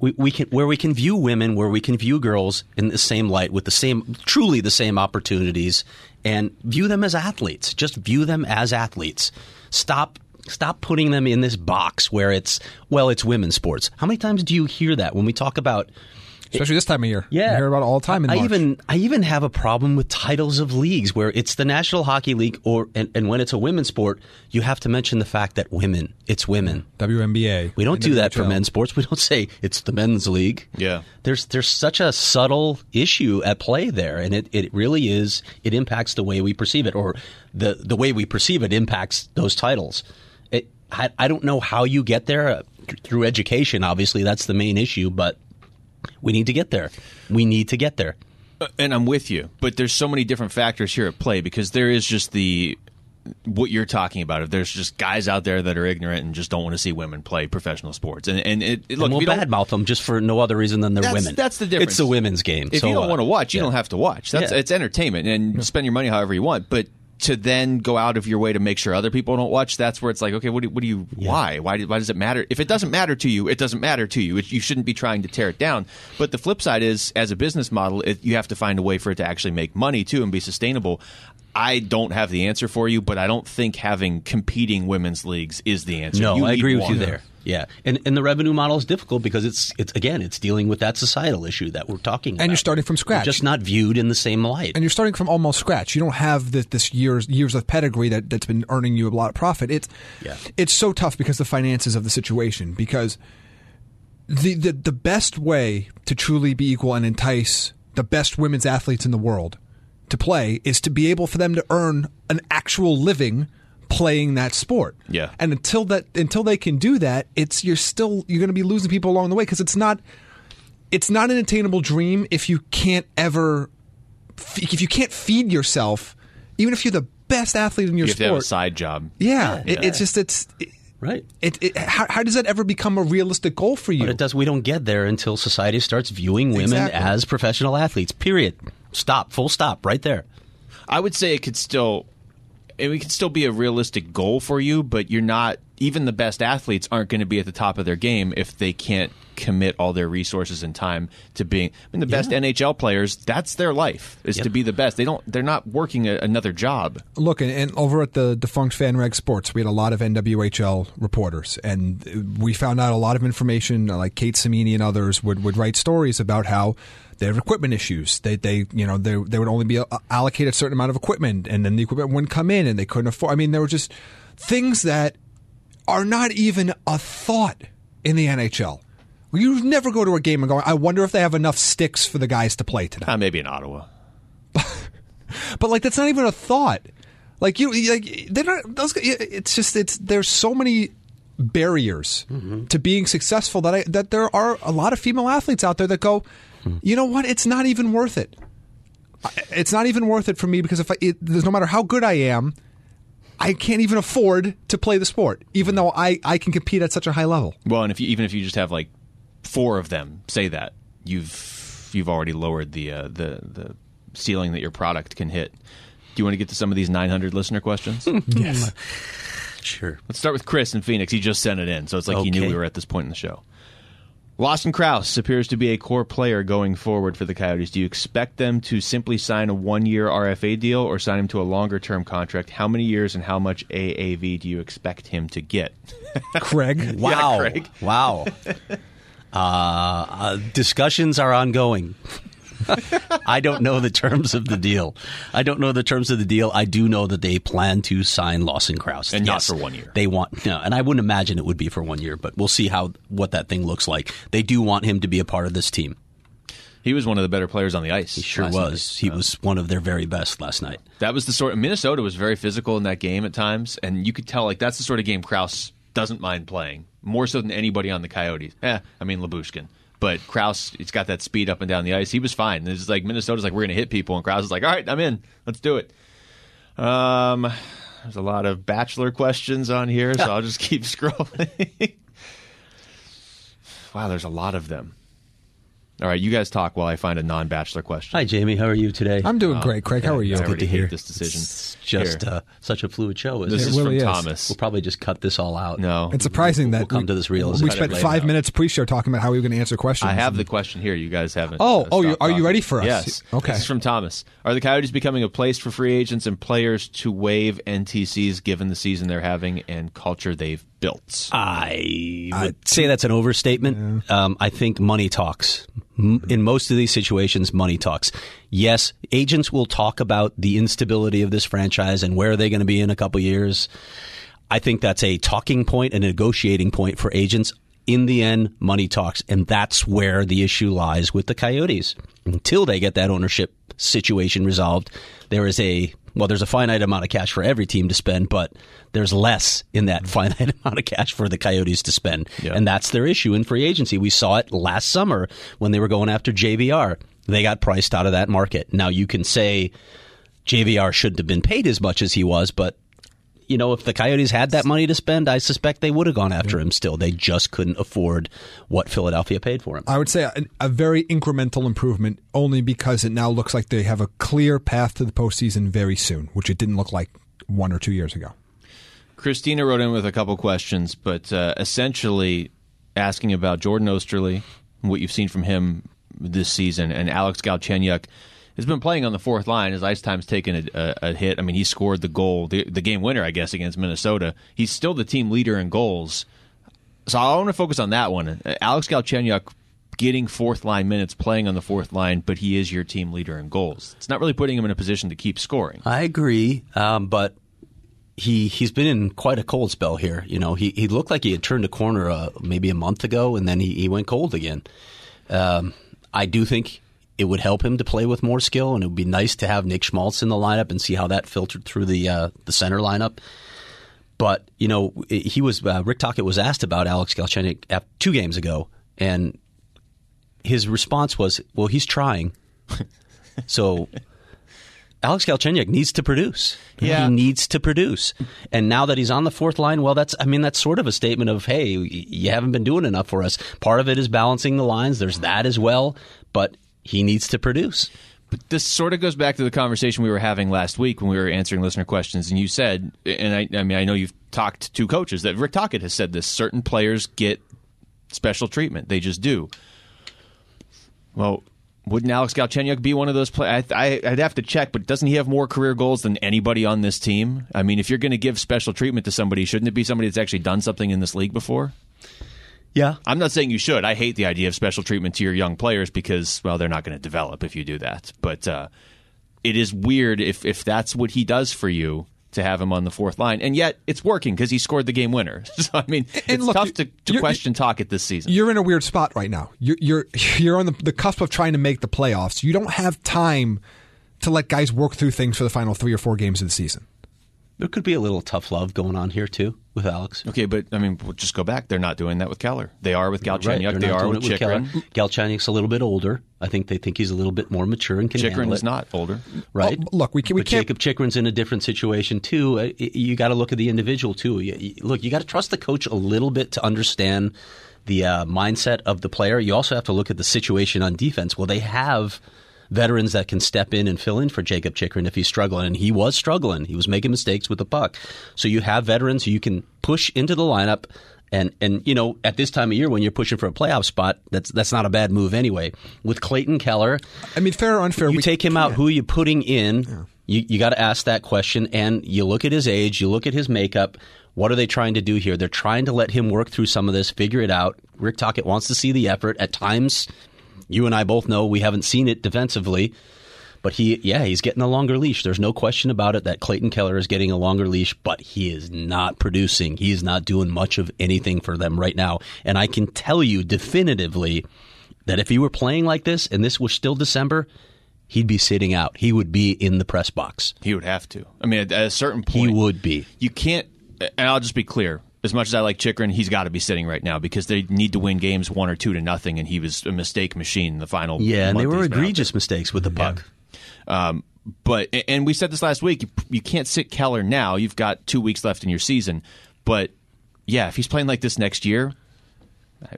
we, we can where we can view women, where we can view girls in the same light, with the same truly the same opportunities, and view them as athletes. Just view them as athletes. Stop stop putting them in this box where it's well, it's women's sports. How many times do you hear that when we talk about Especially this time of year. yeah, You hear about it all the time in I March. even I even have a problem with titles of leagues where it's the National Hockey League, or and, and when it's a women's sport, you have to mention the fact that women, it's women. WNBA. We don't do that for NWHL. men's sports. We don't say it's the men's league. Yeah. there's there's such a subtle issue at play there, and it, it really is. It impacts the way we perceive it, or the the way we perceive it impacts those titles. It, I I don't know how you get there uh, th- through education. Obviously, that's the main issue, but we need to get there. We need to get there. Uh, and I'm with you, but there's so many different factors here at play because there is just the what you're talking about. If there's just guys out there that are ignorant and just don't want to see women play professional sports, and and it, it- look, and if you we'll don't, badmouth them just for no other reason than they're That's- women. that's the difference. It's a women's game. if so, you don't uh, want to watch, you yeah. don't have to watch. That's Yeah. it's entertainment, and spend your money however you want. But to then go out of your way to make sure other people don't watch, that's where it's like, okay, what do, what do you? Why? Why? do- Why does it matter? If it doesn't matter to you, it doesn't matter to you. It, you shouldn't be trying to tear it down. But the flip side is, as a business model, it, you have to find a way for it to actually make money too and be sustainable. I don't have the answer for you, but I don't think having competing women's leagues is the answer. No, You I need agree with you one. there. Yeah, and and the revenue model is difficult because it's it's again it's dealing with that societal issue that we're talking about. you're starting from We're scratch. just not viewed in the same light. and you're starting from almost scratch. You don't have this, this years years of pedigree that that's been earning you a lot of profit. It's Yeah. it's so tough because the finances of the situation. Because the, the the best way to truly be equal and entice the best women's athletes in the world to play is to be able for them to earn an actual living playing that sport. Yeah. And until that until they can do that, it's you're still you're going to be losing people along the way because it's not it's not an attainable dream if you can't ever f- if you can't feed yourself, even if you're the best athlete in your You have to sport. have a side job. yeah, It, it's just it's it, right. it, it how, how does that ever become a realistic goal for you? But it does. We don't get there until society starts viewing women Exactly. as professional athletes. Period. Stop. Full stop. Right there. I would say it could still it it could still be a realistic goal for you, but you're not even the best athletes aren't going to be at the top of their game if they can't commit all their resources and time to being I mean the best NHL players, that's their life is to be the best. They don't they're not working a, another job. Look, and, and over at the defunct FanRag Sports, we had a lot of NWHL reporters, and we found out a lot of information. uh, Like Kate Samini and others would, would write stories about how they have equipment issues. They they you know they they would only be allocated a certain amount of equipment, and then the equipment wouldn't come in, and they couldn't afford. I mean, there were just things that are not even a thought in the NHL. You never go to a game and go, I wonder if they have enough sticks for the guys to play tonight. Uh, maybe in Ottawa. But like that's not even a thought. Like you, like they're not. Those, it's just it's there's so many barriers to being successful that I that there are a lot of female athletes out there that go, you know what? It's not even worth it. I- It's not even worth it for me because if I, it, there's no matter how good I am, I can't even afford to play the sport, even though I I can compete at such a high level. Well, and if you, even if you just have like four of them say that, you've you've already lowered the uh, the the ceiling that your product can hit. Do you want to get to some of these 900 listener questions? Yes. Sure. Let's start with Chris in Phoenix. He just sent it in, so it's like he knew Okay. we were at this point in the show. Lawson Krause appears to be a core player going forward for the Coyotes. Do you expect them to simply sign a one year RFA deal or sign him to a longer term contract? How many years and how much AAV do you expect him to get? Craig. <laughs> Wow. <laughs> Craig. Wow. uh, uh, discussions are ongoing. <laughs> I don't know the terms of the deal. I don't know the terms of the deal. I do know that they plan to sign Lawson Krause And not for one year. They want no, and I wouldn't imagine it would be for one year, but we'll see how what that thing looks like. They do want him to be a part of this team. He was one of the better players on the ice. He sure last night. was. He was one of their very best last night. That was the sort. Minnesota was very physical in that game at times, and you could tell like that's the sort of game Kraus doesn't mind playing more so than anybody on the Coyotes. Eh, I mean Labushkin, but Kraus, he's got that speed up and down the ice. He was fine. It's like Minnesota's like we're gonna hit people, and Kraus is like, all right, I'm in. Let's do it. Um, there's a lot of bachelor questions on here, so I'll just <laughs> keep scrolling. <laughs> wow, there's a lot of them. All right, you guys talk while I find a non-bachelor question. Hi Jamie, how are you today? I'm doing great, Craig. How are you? I already to hear. hate this decision. It's just Here. uh, such a fluid show. Isn't This it? is really from is. Thomas. we'll probably just cut this all out. No, It's surprising that We'll come we, to this we realization spent later. five minutes pre-show talking about how we were going to answer questions. I have the question here. You guys haven't. Oh, stopped oh, you- are you talking. ready for us? Yes. Okay. This is from Thomas. Are the Coyotes becoming a place for free agents and players to waive NTCs given the season they're having and culture they've built? I would say that's an overstatement. Um, I think money talks. M- In most of these situations, money talks. Yes, agents will talk about the instability of this franchise and where are they going to be in a couple years. I think that's a talking point and a negotiating point for agents. In the end, money talks, and that's where the issue lies with the Coyotes. Until they get that ownership situation resolved, there is a well, there's a finite amount of cash for every team to spend, but there's less in that <laughs> finite amount of cash for the Coyotes to spend, and that's their issue in free agency. We saw it last summer when they were going after JVR. They got priced out of that market. Now you can say JVR shouldn't have been paid as much as he was, but you know, if the Coyotes had that money to spend, I suspect they would have gone after him still. They just couldn't afford what Philadelphia paid for him. I would say a, a very incremental improvement, only because it now looks like they have a clear path to the postseason very soon, which it didn't look like one or two years ago. Christina wrote in with a couple questions, but uh, essentially asking about Jordan Osterley, what you've seen from him this season, and Alex Galchenyuk has been playing on the fourth line. His ice time's taken a, a, a hit. I mean, he scored the goal, the, the game winner, I guess, against Minnesota. He's still the team leader in goals. So I want to focus on that one. Uh, Alex Galchenyuk getting fourth line minutes, playing on the fourth line, but he is your team leader in goals. It's not really putting him in a position to keep scoring. I agree, um, but he he's been in quite a cold spell here. You know, he he looked like he had turned a corner uh, maybe a month ago, and then he, he went cold again. Um, I do think it would help him to play with more skill, and it would be nice to have Nick Schmaltz in the lineup and see how that filtered through the uh, the center lineup. But you know, he was uh, Rick Tockett was asked about Alex Galchenyuk af- two games ago, and his response was, "Well, he's trying." <laughs> so Alex Galchenyuk needs to produce. Yeah. He needs to produce. And now that he's on the fourth line, well, that's I mean that's sort of a statement of hey, you haven't been doing enough for us. Part of it is balancing the lines. There's that as well, but he needs to produce. But this sort of goes back to the conversation we were having last week when we were answering listener questions, and you said, and I, I mean, I know you've talked to coaches that Rick Tockett has said this: certain players get special treatment; they just do. Well, wouldn't Alex Galchenyuk be one of those players? I, I, I'd have to check, but doesn't he have more career goals than anybody on this team? I mean, if you're going to give special treatment to somebody, shouldn't it be somebody that's actually done something in this league before? Yeah. I'm not saying you should. I hate the idea of special treatment to your young players because, well, they're not going to develop if you do that. But uh, it is weird if if that's what he does for you to have him on the fourth line, and yet it's working because he scored the game winner. <laughs> So I mean, and it's look, tough to, to you're- question talk at this season. You're in a weird spot right now. You're you're <laughs> you're on the, the cusp of trying to make the playoffs. You don't have time to let guys work through things for the final three or four games of the season. There could be a little tough love going on here too with Alex. okay, but I mean, we'll just go back. They're not doing that with Keller. They are with Galchenyuk. they're they are not doing with it with Keller. Mm-hmm. Chikrin. Galchenyuk's a little bit older. I think they think he's a little bit more mature and can handle Chikrin it. is not older. right? Oh, look, we can- we But can't- Jacob Chikrin's in a different situation too. Uh, y- You got to look at the individual too. You- you- Look, you got to trust the coach a little bit to understand the uh, mindset of the player. You also have to look at the situation on defense. Well, they have veterans that can step in and fill in for Jacob Chikrin if he's struggling, and he was struggling. He was making mistakes with the puck. So you have veterans who you can push into the lineup. And, and you know at this time of year when you're pushing for a playoff spot that's that's not a bad move anyway with Clayton Keller I mean, fair or unfair, you we take him out. Who are you putting in? You, you got to ask that question. And you look at his age, you look at his makeup. What are they trying to do here? They're trying to let him work through some of this, figure it out. Rick Tockett wants to see the effort. At times, You and I both know we haven't seen it defensively, but he, yeah, he's getting a longer leash. There's no question about it that Clayton Keller is getting a longer leash, but he is not producing. He is not doing much of anything for them right now. And I can tell you definitively that if he were playing like this and this was still December, he'd be sitting out. He would be in the press box. He would have to. I mean, at, at a certain He point, would be. You can't. And I'll just be clear. As much as I like Chikrin, he's got to be sitting right now because they need to win games one or two to nothing, and he was a mistake machine in the final. Yeah, and they month were he's been out egregious mistakes with the puck. but and we said this last week you, you can't sit Keller now you've got two weeks left in your season but yeah if he's playing like this next year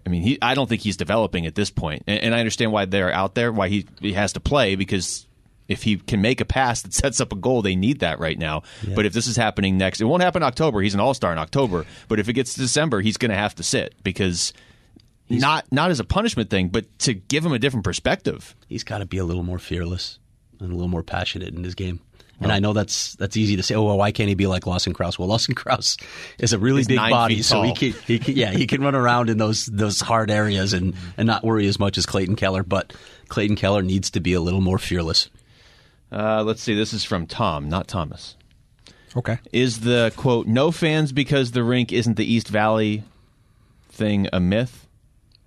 I mean he I don't think he's developing at this point and, and I understand why they're out there why he, he has to play because if he can make a pass that <laughs> sets up a goal they need that right now but if this is happening next it won't happen in October he's an all-star in October but if it gets to December he's going to have to sit because not not as a punishment thing but to give him a different perspective He's got to be a little more fearless and a little more passionate in his game. And I know that's that's easy to say. Oh, well, why can't he be like Lawson Krause? Well, Lawson Krause is a really He's big nine body, feet so he tall. can, he can yeah he can run around in those those hard areas and and not worry as much as Clayton Keller. But Clayton Keller needs to be a little more fearless. uh, let's see this is from Tom not Thomas Okay. Is the quote no fans because the rink isn't the East Valley thing a myth?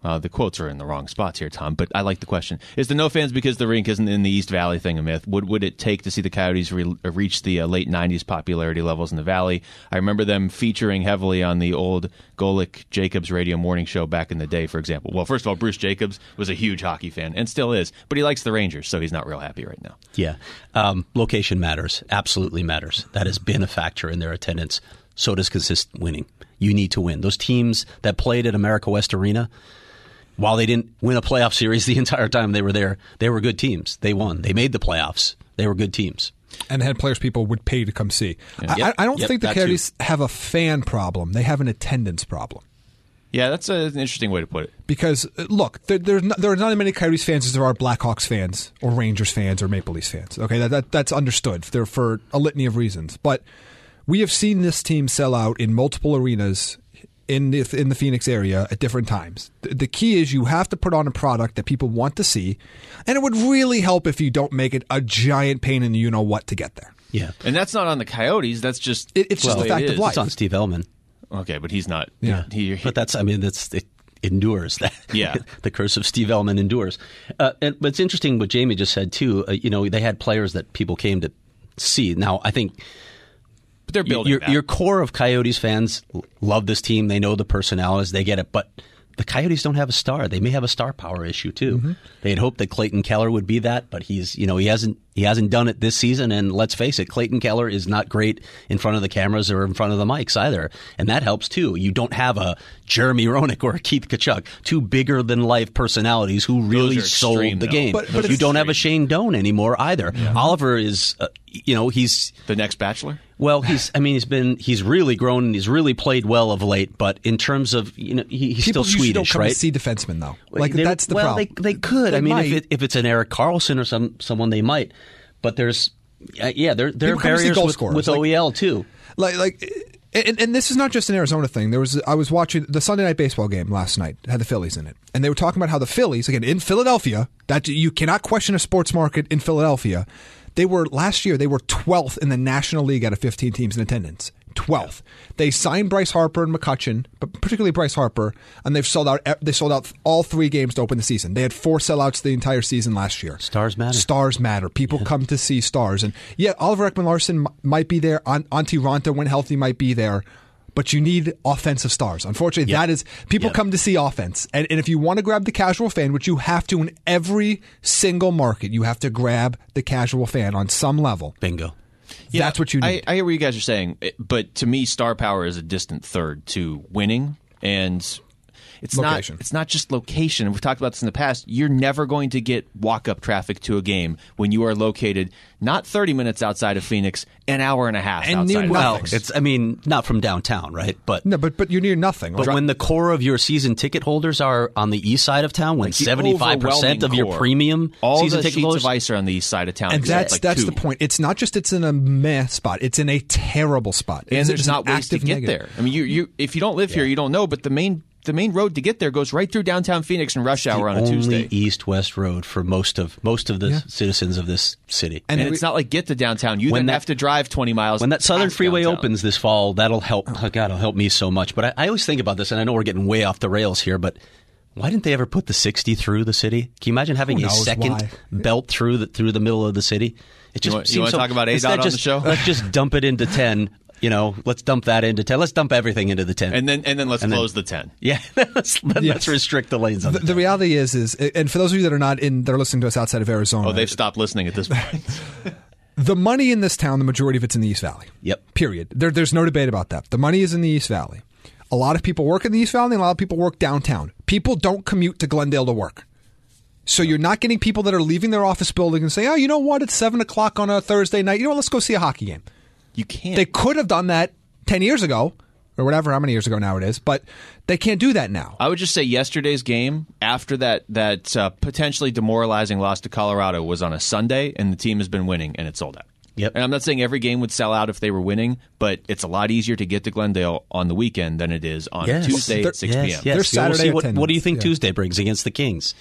Uh, the quotes are in the wrong spots here, Tom. But I like the question: Is the no fans because the rink isn't in the East Valley thing a myth? What would it take to see the Coyotes re- reach the uh, late '90s popularity levels in the Valley? I remember them featuring heavily on the old Golick Jacobs radio morning show back in the day, for example. Well, first of all, Bruce Jacobs was a huge hockey fan and still is, but he likes the Rangers, so he's not real happy right now. Yeah. Um, location matters. Absolutely matters. That has been a factor in their attendance. So does consistent winning. You need to win. Those teams that played at America West Arena, while they didn't win a playoff series <laughs> the entire time they were there, they were good teams. They won. They made the playoffs. They were good teams. and had players people would pay to come see. I, Yep, I, I don't yep, think the that too. Coyotes have a fan problem; they have an attendance problem. Yeah, that's a- an interesting way to put it. Because uh, look, there, there's not, there are not as many Coyotes fans as there are Blackhawks fans, or Rangers fans, or Maple Leafs fans. Okay, that, that that's understood. They're for a litany of reasons, but we have seen this team sell out in multiple arenas in the in the Phoenix area at different times. The, the key is you have to put on a product that people want to see, and it would really help if you don't make it a giant pain in the you know what to get there. Yeah. And that's not on the Coyotes. That's just It- it's just the a way fact it of is. life. It's on Steve Ellman. Okay, but he's not. Yeah. he, he- But that's, I mean, that's it endures <laughs> that. Yeah. the curse of Steve Ellman endures. Uh, and but it's interesting what Jamie just said too. Uh, you know, they had players that people came to see. Now, I think but they're building your, that. your core of Coyotes fans l- love this team. They know the personalities. They get it. But the Coyotes don't have a star. They may have a star power issue too. Mm-hmm. They had hoped that Clayton Keller would be that, but he's you know he hasn't he hasn't done it this season. And let's face it, Clayton Keller is not great in front of the cameras or in front of the mics either. And that helps too. You don't have a Jeremy Roenick or a Keith Kachuk, two bigger than life personalities who really are sold extreme, the though. game. But- but you it's don't have a Shane Doan anymore either. Oliver is uh, you know he's the next Bachelor. well, he's. I mean, he's been. He's really grown. and He's really played well of late. But in terms of, you know, he, he's People still usually Swedish, don't come right? to see defensemen though. Like They- that's the well, problem. They, they could. I They mean, if, might. it, if it's an Eric Carlson or some someone, they might. But there's, uh, yeah, there there are People come to see barriers goal with, scorers, with like- OEL too. like like and, and this is not just an Arizona thing. There was I was watching the Sunday night baseball game last night It had the Phillies in it, and they were talking about how the Phillies again in Philadelphia that you cannot question a sports market in Philadelphia. They were last year they were 12th in the National League out of 15 teams in attendance. 12th. They signed Bryce Harper and McCutcheon, but particularly Bryce Harper, and they've sold out. e, They sold out all three games to open the season. They had four sellouts the entire season last year. Stars matter. Stars matter. People come to see stars, and yeah, Oliver Ekman Larson might be there. An- Auntie Ranta, when healthy, might be there. But you need offensive stars. Unfortunately, that is people Yep. come to see offense, and, and if you want to grab the casual fan, which you have to in every single market, you have to grab the casual fan on some level. Bingo. That's what you need. I, I hear what you guys are saying, it- but to me, star power is a distant third to winning, and it's Location. not. It's not just location. We've talked about this in the past. You're never going to get walk up traffic to a game when you are located not 30 minutes outside of Phoenix, an hour and a half And near outside. of Well, Nothing. it's. I mean, not from downtown, right? But no, but but you need nothing. But Like, when the core of your season ticket holders are on the east side of town, when seventy-five percent of your premium all season the ticket sheets holders, of ice are on the east side of town. and because it's that's like that's two. the point. It's not just it's in a meh spot. It's in a terrible spot. and It's- there's it's an not ways to active get negative. there. I mean, you you if you don't live here, you don't know. But the main the main road to get there goes right through downtown Phoenix in rush hour on a only e- Tuesday. east-west road for most of most of the Yeah. citizens of this city. and And we- it's not like get to downtown. You When then that- have to drive 20 miles. When that southern past freeway downtown. opens this fall, that'll help. Oh, God, it'll help me so much. But I, I always think about this, and I know we're getting way off the rails here, but why didn't they ever put the 60 through the city? Can you imagine having Who a knows second why? belt through the through the middle of the city? It just want- you seems wanna so, talk about it's ADOT not on the just- show? Let's just dump it into 10. You know, let's dump that into 10. Let's dump everything into the 10. and then and then let's close the 10. yeah, <laughs> let's, let's Yes. restrict the lanes on The, the, the reality is, is, and for those of you that are not in, that are listening to us outside of Arizona, Oh, they've stopped listening at this <laughs> point. the money in this town, the majority of it's in the East Valley. Yep. Period. There, there's no debate about that. The money is in the East Valley. A lot of people work in the East Valley, and a lot of people work downtown. People don't commute to Glendale to work. So you're not getting people that are leaving their office building and saying, oh, you know what? It's 7 o'clock on a Thursday night. You know what? Let's go see a hockey game. You can't. They could have done that 10 years ago or whatever, how many years ago now it is, but they can't do that now. I would just say yesterday's game after that that uh, potentially demoralizing loss to Colorado was on a Sunday, and the team has been winning, and it sold out. Yep. And I'm not saying every game would sell out if they were winning, but it's a lot easier to get to Glendale on the weekend than it is on Yes. Tuesday They're- at 6 p.m. Yes, yes. They're Yeah, we'll Saturday see what, attendance. what do you think Yeah. Tuesday brings against the Kings?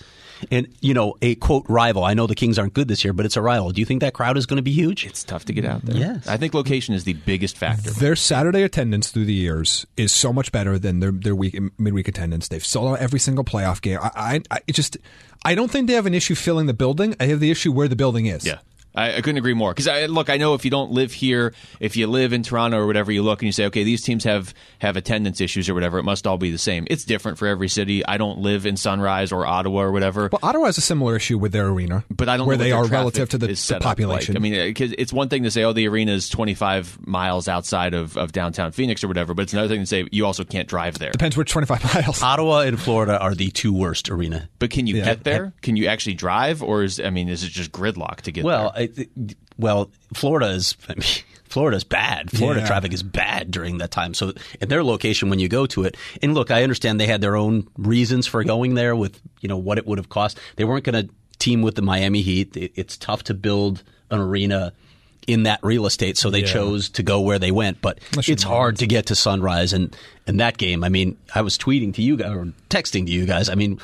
And you know, a quote rival. I know the Kings aren't good this year, but it's a rival. Do you think that crowd is going to be huge? It's tough to get out there. Yes. I think location is the biggest factor. Their Saturday attendance through the years is so much better than their their week midweek attendance. They've sold out every single playoff game. I, I, I it just I don't think they have an issue filling the building. I have the issue where the building is. Yeah. I, I couldn't agree more. Because I, look, I know if you don't live here, if you live in Toronto or whatever, you look and you say, okay, these teams have have attendance issues or whatever. It must all be the same. It's different for every city. I don't live in Sunrise or Ottawa or whatever. Well, Ottawa has a similar issue with their arena, but I don't where know what they their are traffic relative to the, is the set up population. Like. I mean, because it's one thing to say, oh, the arena is 25 miles outside of, of downtown Phoenix or whatever, but it's another thing to say you also can't drive there. depends which twenty five <laughs> miles. Ottawa and Florida are the two worst arena. But can you get there? Can you actually drive, or is I mean, is it just gridlock to get Well, I, well, Florida is I mean, <laughs> Florida is bad. Florida Yeah. traffic is bad during that time. So, and their location when you go to it, and look, I understand they had their own reasons for going there with you know what it would have cost. They weren't going to team with the Miami Heat. It, it's tough to build an arena in that real estate, so they chose to go where they went. But it's hard to get to Sunrise and and that game. I mean, I was tweeting to you guys or texting to you guys. I mean.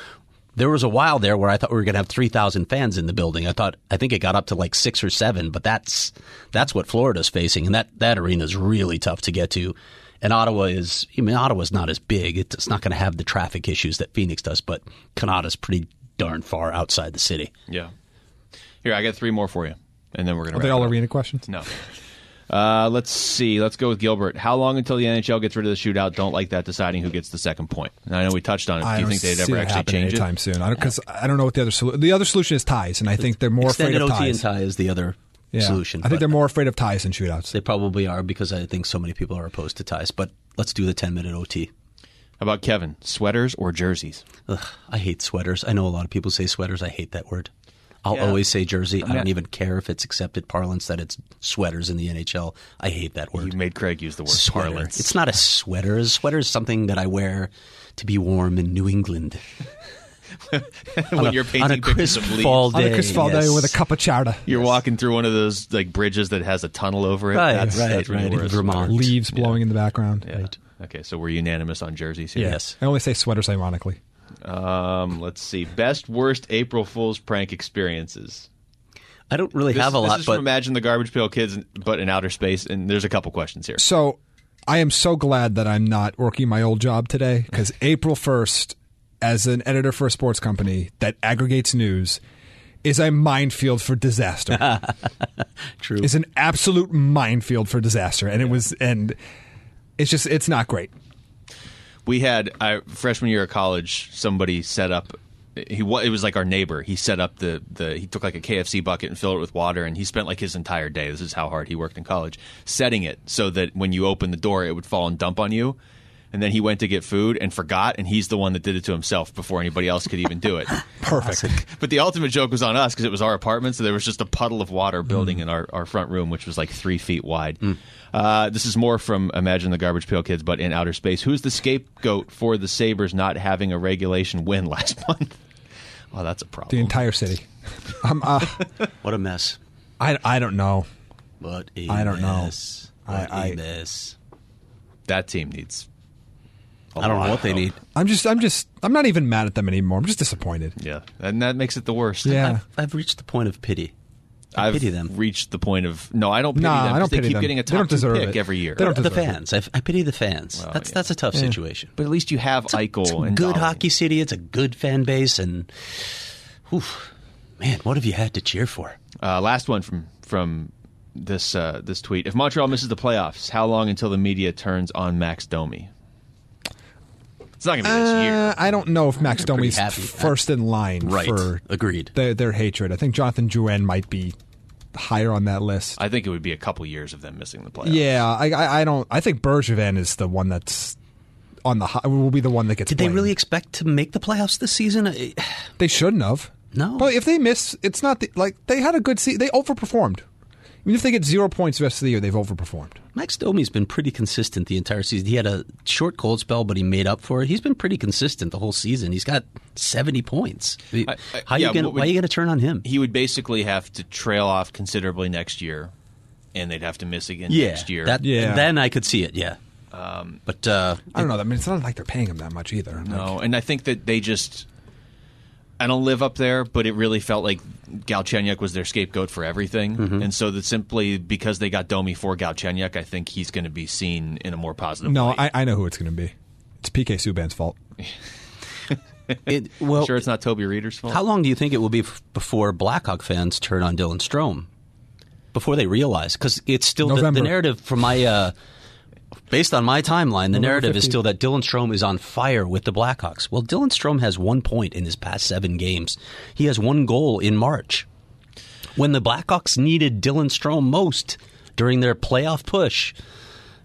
There was a while there where I thought we were going to have three thousand fans in the building. I thought I think it got up to like six or seven, but that's that's what Florida's facing, and that that arena is really tough to get to. And Ottawa is I mean Ottawa's not as big; It's- it's not going to have the traffic issues that Phoenix does, but Kanata's pretty darn far outside the city. there? Yeah. Here, I got three more for you, and then we're gonna. are they wrap all it up. arena questions? No. Uh, let's see. Let's go with Gilbert. How long until the NHL gets rid of the shootout? Don't like that deciding who gets the second point. And I know we touched on it. I Do you don't think they'd see ever that actually happen change it? anytime soon. I don't because I don't know what the other solution. The other solution is ties, and I think they're more Extended afraid of OT ties. and tie is the other Yeah. solution. I think but they're more afraid of ties than shootouts. they probably are because I think so many people are opposed to ties. But let's do the ten minute OT. How about Kevin? Sweaters or jerseys? Ugh, I hate sweaters. I know a lot of people say sweaters. I hate that word. I'll Yeah. always say jersey. I not- don't even care if it's accepted parlance that it's sweaters in the NHL. I hate that word. You made Craig use the word Sweater. parlance. It's not a sweater. A sweater is something that I wear to be warm in New England when <laughs> on a, you're painting on a pictures crisp of leaves. fall day. On a crisp fall day yes. with a cup of chowder, You're walking through one of those like bridges that has a tunnel over it. Right, that's, right, that's when you right, wear in a sweater. Vermont. leaves blowing in the background. Yeah. Okay, so we're unanimous on jerseys here. Yes. I only say sweaters ironically. Um, let's see. Best worst April Fool's prank experiences. I don't really This, have a this lot, is but from Imagine the Garbage Pail Kids, but in outer space. And there's a couple questions here. So I am so glad that I'm not working my old job today <laughs> because April 1st, as an editor for a sports company that aggregates news, is a minefield <laughs> for disaster. true. is an absolute minefield for disaster. And it was, and it's just, it's not great. we had I, freshman year of college. Somebody set up. He wa- it was like our neighbor. He set up the the. He took like a KFC bucket and filled it with water, and he spent like his entire day. This is how hard he worked in college, setting it so that when you open the door, it would fall and dump on you. And then he went to get food and forgot, and he's the one that did it to himself before anybody else could even do it. Perfect. <laughs> But the ultimate joke was on us because it was our apartment, so there was just a puddle of water Mm. building in our, our front room, which was like three feet wide. Uh, this is more from Imagine the Garbage Pail Kids, but in outer space. Who's the scapegoat for the Sabres not having a regulation win <laughs> last month? Well, that's a problem. The <laughs> entire city. I'm, uh, what a mess. I, I don't know. What a I don't know. mess. I- What a I- mess. that team needs I don't know what they need. I'm just, I'm just, I'm not even mad at them anymore. I'm just disappointed. Yeah, and that makes it the worst. Yeah. I've, I've reached the point of pity. I I've pity them. reached the point of no, I don't pity Nah, them. I don't 'cause they pity keep them. getting a They top don't two deserve pick it. every year. They don't the deserve it. fans. I, I pity the fans. that's that's a tough situation. But at least you have Eichel and good Dahlia. hockey city. It's a good fan base, and oof, man, what have you had to cheer for? Uh, last one from from this uh, this tweet: If Montreal misses the playoffs, how long until the media turns on Max Domi? It's not going to be this year. Uh, I don't know if Max pretty Domi's happy. first in line for Agreed. their, their hatred. I think Jonathan Drouin might be higher on that list. I think it would be a couple years of them missing the playoffs. yeah, I, I, I don't. I think Bergevin is the one that's on the high, will be the one that gets. Did they blamed. really expect to make the playoffs this season? I- They shouldn't have. No. But if they miss, it's not the, like they had a good season. They overperformed. Even if they get zero points the rest of the year, they've overperformed. Max Domi's been pretty consistent the entire season. He had a short cold spell, but he made up for it. He's been pretty consistent the whole season. He's got seventy points. I- how you yeah, gonna, what would- why are you going to turn on him? he would basically have to trail off considerably next year, and they'd have to miss again next year. Um, that- Yeah. Then I could see it. Yeah. <laughs> but uh, I don't know. I mean, it's not like they're paying him that much either. No, and I think that they just. I don't live up there, but it really felt like Galchenyuk was their scapegoat for everything, Mm-hmm. and so that simply because they got Domi for Galchenyuk, I think he's going to be seen in a more positive. no, light. I, I know who it's going to be. It's PK Subban's fault. it, well, sure it's not Toby Reader's fault. How long do you think it will be f- before Blackhawk fans turn on Dylan Strome? Before they realize, because it's still the, the November. narrative from my, uh, based on my timeline, the November narrative is 15th. still that Dylan Strome is on fire with the Blackhawks. Well, Dylan Strome has one point in his past seven games. He has one goal in March, when the Blackhawks needed Dylan Strome most during their playoff push.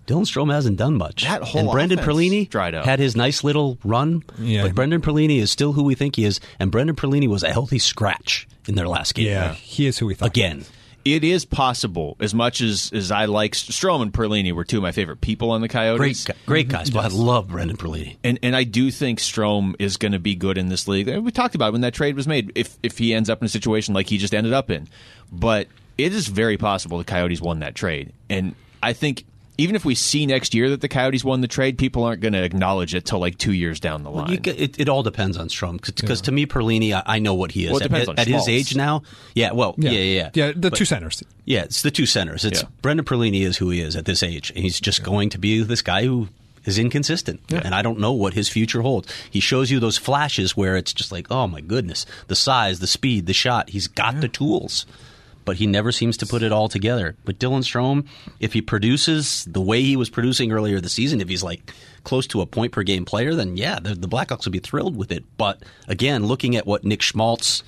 Dylan Strome hasn't done much. That whole and Brendan offense Perlini dried up. had his nice little run, Yeah. but Brendan Perlini is still who we think he is, and Brendan Perlini was a healthy scratch in their last game. Yeah, he is who we thought. Again. it is possible, as much as as I like Strom and Perlini were two of my favorite people on the Great Coyotes. gu- great <laughs> guys, but I love Brendan Perlini. and and I do think Strom is going to be good in this league. We talked about it when that trade was made. If if he ends up in a situation like he just ended up in, but it is very possible the Coyotes won that trade, and I think even if we see next year that the Coyotes won the trade, people aren't going to acknowledge it till like two years down the line. You, ca- it, it all depends on Strom because to me Perlini, I, I know what he is. Well, it depends at on at his Schmaltz. age now, yeah. Well, yeah, yeah, yeah. Yeah, the But- two centers. Yeah, it's the two centers. It's Yeah. Brendan Perlini is who he is at this age, and he's just going to be this guy who is inconsistent. And I don't know what his future holds. He shows you those flashes where it's just like, oh my goodness, the size, the speed, the shot. He's got the tools, but he never seems to put it all together. But Dylan Strom, if he produces the way he was producing earlier this season, if he's like close to a point per game player, then yeah, the, the Blackhawks would be thrilled with it. But again, looking at what Nick Schmaltz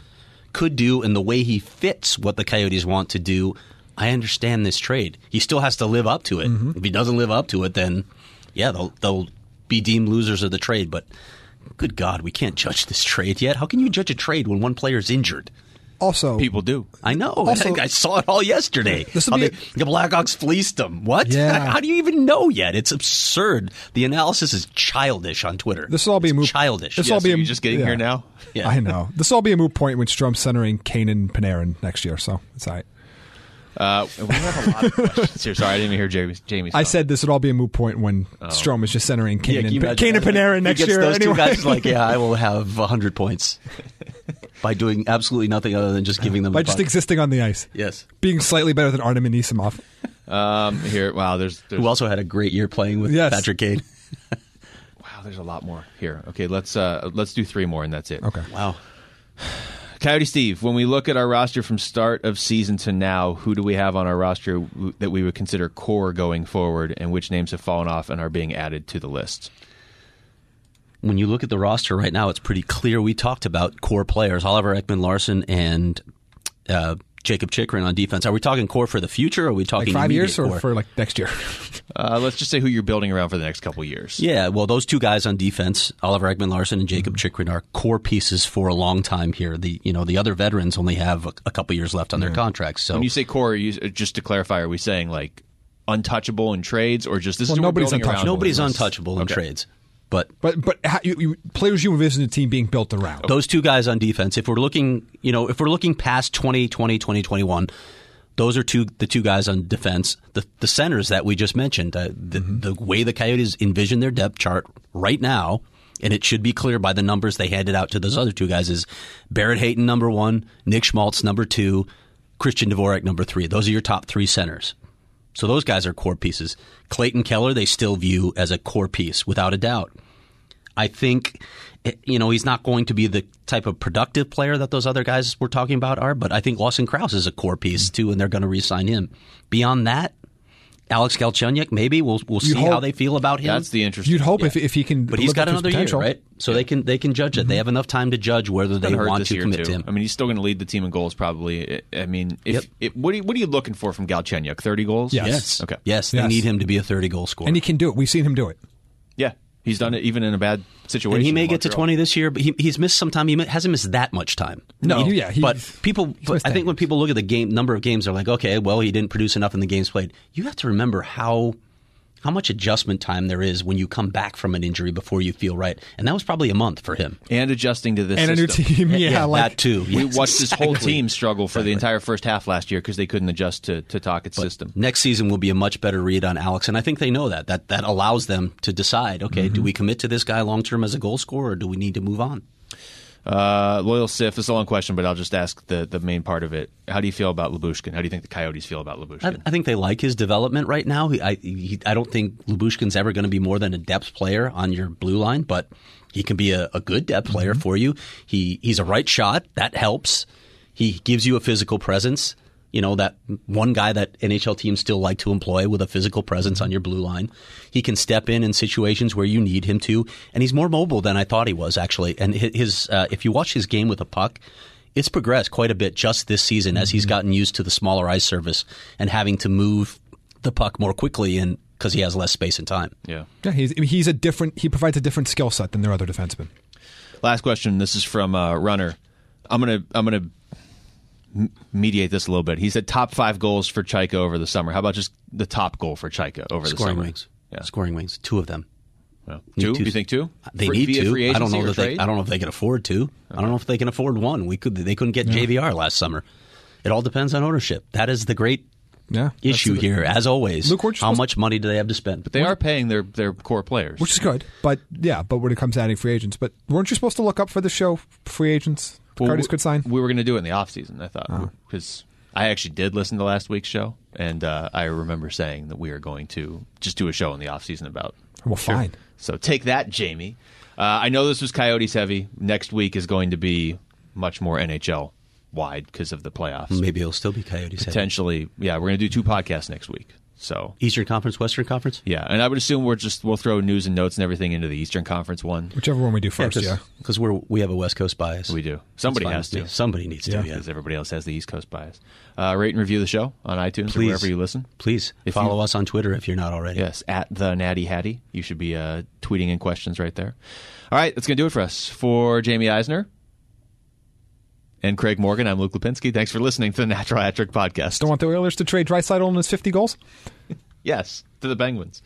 could do and the way he fits what the Coyotes want to do, I understand this trade. He still has to live up to it. Mm-hmm. If he doesn't live up to it, then yeah, they'll they'll be deemed losers of the trade. But good God, we can't judge this trade yet. How can you judge a trade when one player's injured? Also, people do. I know. <laughs> Also- I saw it all yesterday. This will How be they- the Blackhawks fleeced them. What? Yeah. <laughs> How do you even know yet? It's absurd. The analysis is childish on Twitter. This will all be It's a moot- childish. this Yeah, will so be a- you're just getting yeah. here now. Yeah. I know this will all be a moot point when Strom's centering Kane and Panarin next year. So it's all right. Uh, we have a lot of questions here. Sorry, I didn't even hear Jamie's. Jamie's I thought. said this would all be a moot point when Strom is just centering Oh. Kane Yeah, can you and, imagine Kane and that? Panarin He next gets year. Those anyway. two <laughs> guys, like, yeah, I will have hundred points by doing absolutely nothing other than just giving them. by the just puck. existing on the ice, yes. being slightly better than Artem Anisimov. um, here. Wow, there's, there's Who also had a great year playing with Yes. Patrick Kane. wow, there's a lot more here. Okay, let's uh, let's do three more and that's it. Okay, Wow. Coyote Steve, when we look at our roster from start of season to now, who do we have on our roster w- that we would consider core going forward, and which names have fallen off and are being added to the list? When you look at the roster right now, it's pretty clear. We talked about core players: Oliver Ekman Larson and uh, Jacob Chikrin on defense. Are we talking core for the future? Or are we like talking five immediate years or core? for like next year. Uh, let's just say who you're building around for the next couple years. Yeah, well, those two guys on defense, Oliver Ekman Larson and Jacob Mm-hmm. Chikrin, are core pieces for a long time here. The you know the other veterans only have a, a couple years left on their contracts. So When you say core, are you, uh, just to clarify, are we saying like untouchable in trades, or just this Well, is who we're nobody's building around? untouchable. nobody's Let's- untouchable in Okay. trades, but But but how, you, you, players you envision the team being built around. those two guys on defense if we're looking you know if we're looking past 2020 2021 Those are two the two guys on defense. The the centers that we just mentioned. Uh, the the way the Coyotes envision their depth chart right now, and it should be clear by the numbers they handed out to those other two guys is Barrett Hayton number one, Nick Schmaltz number two, Christian Dvorak number three. Those are your top three centers. So those guys are core pieces. Clayton Keller they still view as a core piece without a doubt. I think, you know, he's not going to be the type of productive player that those other guys we're talking about are, but I think Lawson Krause is a core piece too, and they're going to re sign him. Beyond that, Alex Galchenyuk, maybe we'll we'll see hope- how they feel about him. That's the interesting. You'd hope if, if he can, but he's live up got to his another year, potential. Mm-hmm. right? So they can they can judge it. They have enough time to judge whether they Been hurt want this to year, commit too. to him. I mean, he's still going to lead the team in goals, probably. I I mean, if Yep. it, what, are you, what are you looking for from Galchenyuk? Thirty goals? Yes. yes, Okay. yes, they Yes. need him to be a thirty goal scorer. and he can do it. We've seen him do it. Yeah, he's done it even in a bad situation. And he may in get to Montreal. 20 this year, but he, he's missed some time. He mi- hasn't missed that much time. No, He- yeah, he- but people. he's But missed I think that. when people look at the game number of games, they're like, okay, well, he didn't produce enough in the games played. You have to remember how how much adjustment time there is when you come back from an injury before you feel right, and that was probably a month for him. and adjusting to this And a new system. team, yeah, like that too. We <laughs> Yes, watched this whole exactly. team struggle for the entire first half last year because they couldn't adjust to to Tockett's system. Next season will be a much better read on Alex, and I think they know that. That that allows them to decide. Okay, Mm-hmm. do we commit to this guy long term as a goal scorer, or do we need to move on? Uh, Loyal Sif, it's a long question, but I'll just ask the, the main part of it. How do you feel about Labushkin? How do you think the Coyotes feel about I, Labushkin? I think they like his development right now. He, I, he, I don't think Lubushkin's ever going to be more than a depth player on your blue line, but he can be a, a good depth player for you. He he's a right shot that helps. He gives you a physical presence. You know that one guy that NHL teams still like to employ with a physical presence on your blue line. He can step in in situations where you need him to, and he's more mobile than I thought he was actually. And hi- his uh, if you watch his game with a puck, it's progressed quite a bit just this season as Mm-hmm. he's gotten used to the smaller ice surface and having to move the puck more quickly and because he has less space and time. yeah. Yeah, he's he's a different. He provides a different skill set than their other defensemen. Last question. This is from uh, Runner. I'm gonna I'm gonna m- mediate this a little bit. He said top five goals for Chaika over the summer. How about just the top goal for Chaika over the Scoring summer? wings, Yeah. scoring wings, two of them. Well, two? two. Uh, Do you think two? They Free- need via to. Free I don't agency know or that they, trade? I don't know if they can afford two. I don't know if they can afford one. We could. They couldn't get JVR last summer. It all depends on ownership. That is the great Yeah, that's issue the- here, as always. Luke, we're just how supposed- much money do they have to spend? They are paying their their core players. which is good. But yeah, but when it comes to adding free agents, but weren't you supposed to look up for the show free agents? Well, Curtis we- could sign. We were going to do it in the off season, I Uh-huh. thought, because I actually did listen to last week's show, and uh, I remember saying that we are going to just do a show in the off season about. Well, fine. So take that, Jamie. Uh, I know this was Coyotes heavy. Next week is going to be much more NHL wide because of the playoffs. Maybe it'll still be Coyotes. heavy. Potentially, yeah, we're going to do two podcasts next week. So Eastern Conference, Western Conference. yeah, and I would assume we're just we'll throw news and notes and everything into the Eastern Conference one. Whichever one we do first, yeah. because we're we have a West Coast bias. We do. It's Somebody fine has with to. me. Somebody needs to. Yeah. because everybody else has the East Coast bias. Uh, rate and review the show on iTunes or Please. wherever you listen. Please If follow you- us on Twitter if you're not already. Yes, at the Natty Hattie. You should be uh, tweeting in questions right there. All right, that's going to do it for us. For Jamie Eisner and Craig Morgan, I'm Luke Lipinski. Thanks for listening to the Natural Hat Trick Podcast. Don't want the Oilers to trade Dreisaitl and his fifty goals. Yes, to the Penguins.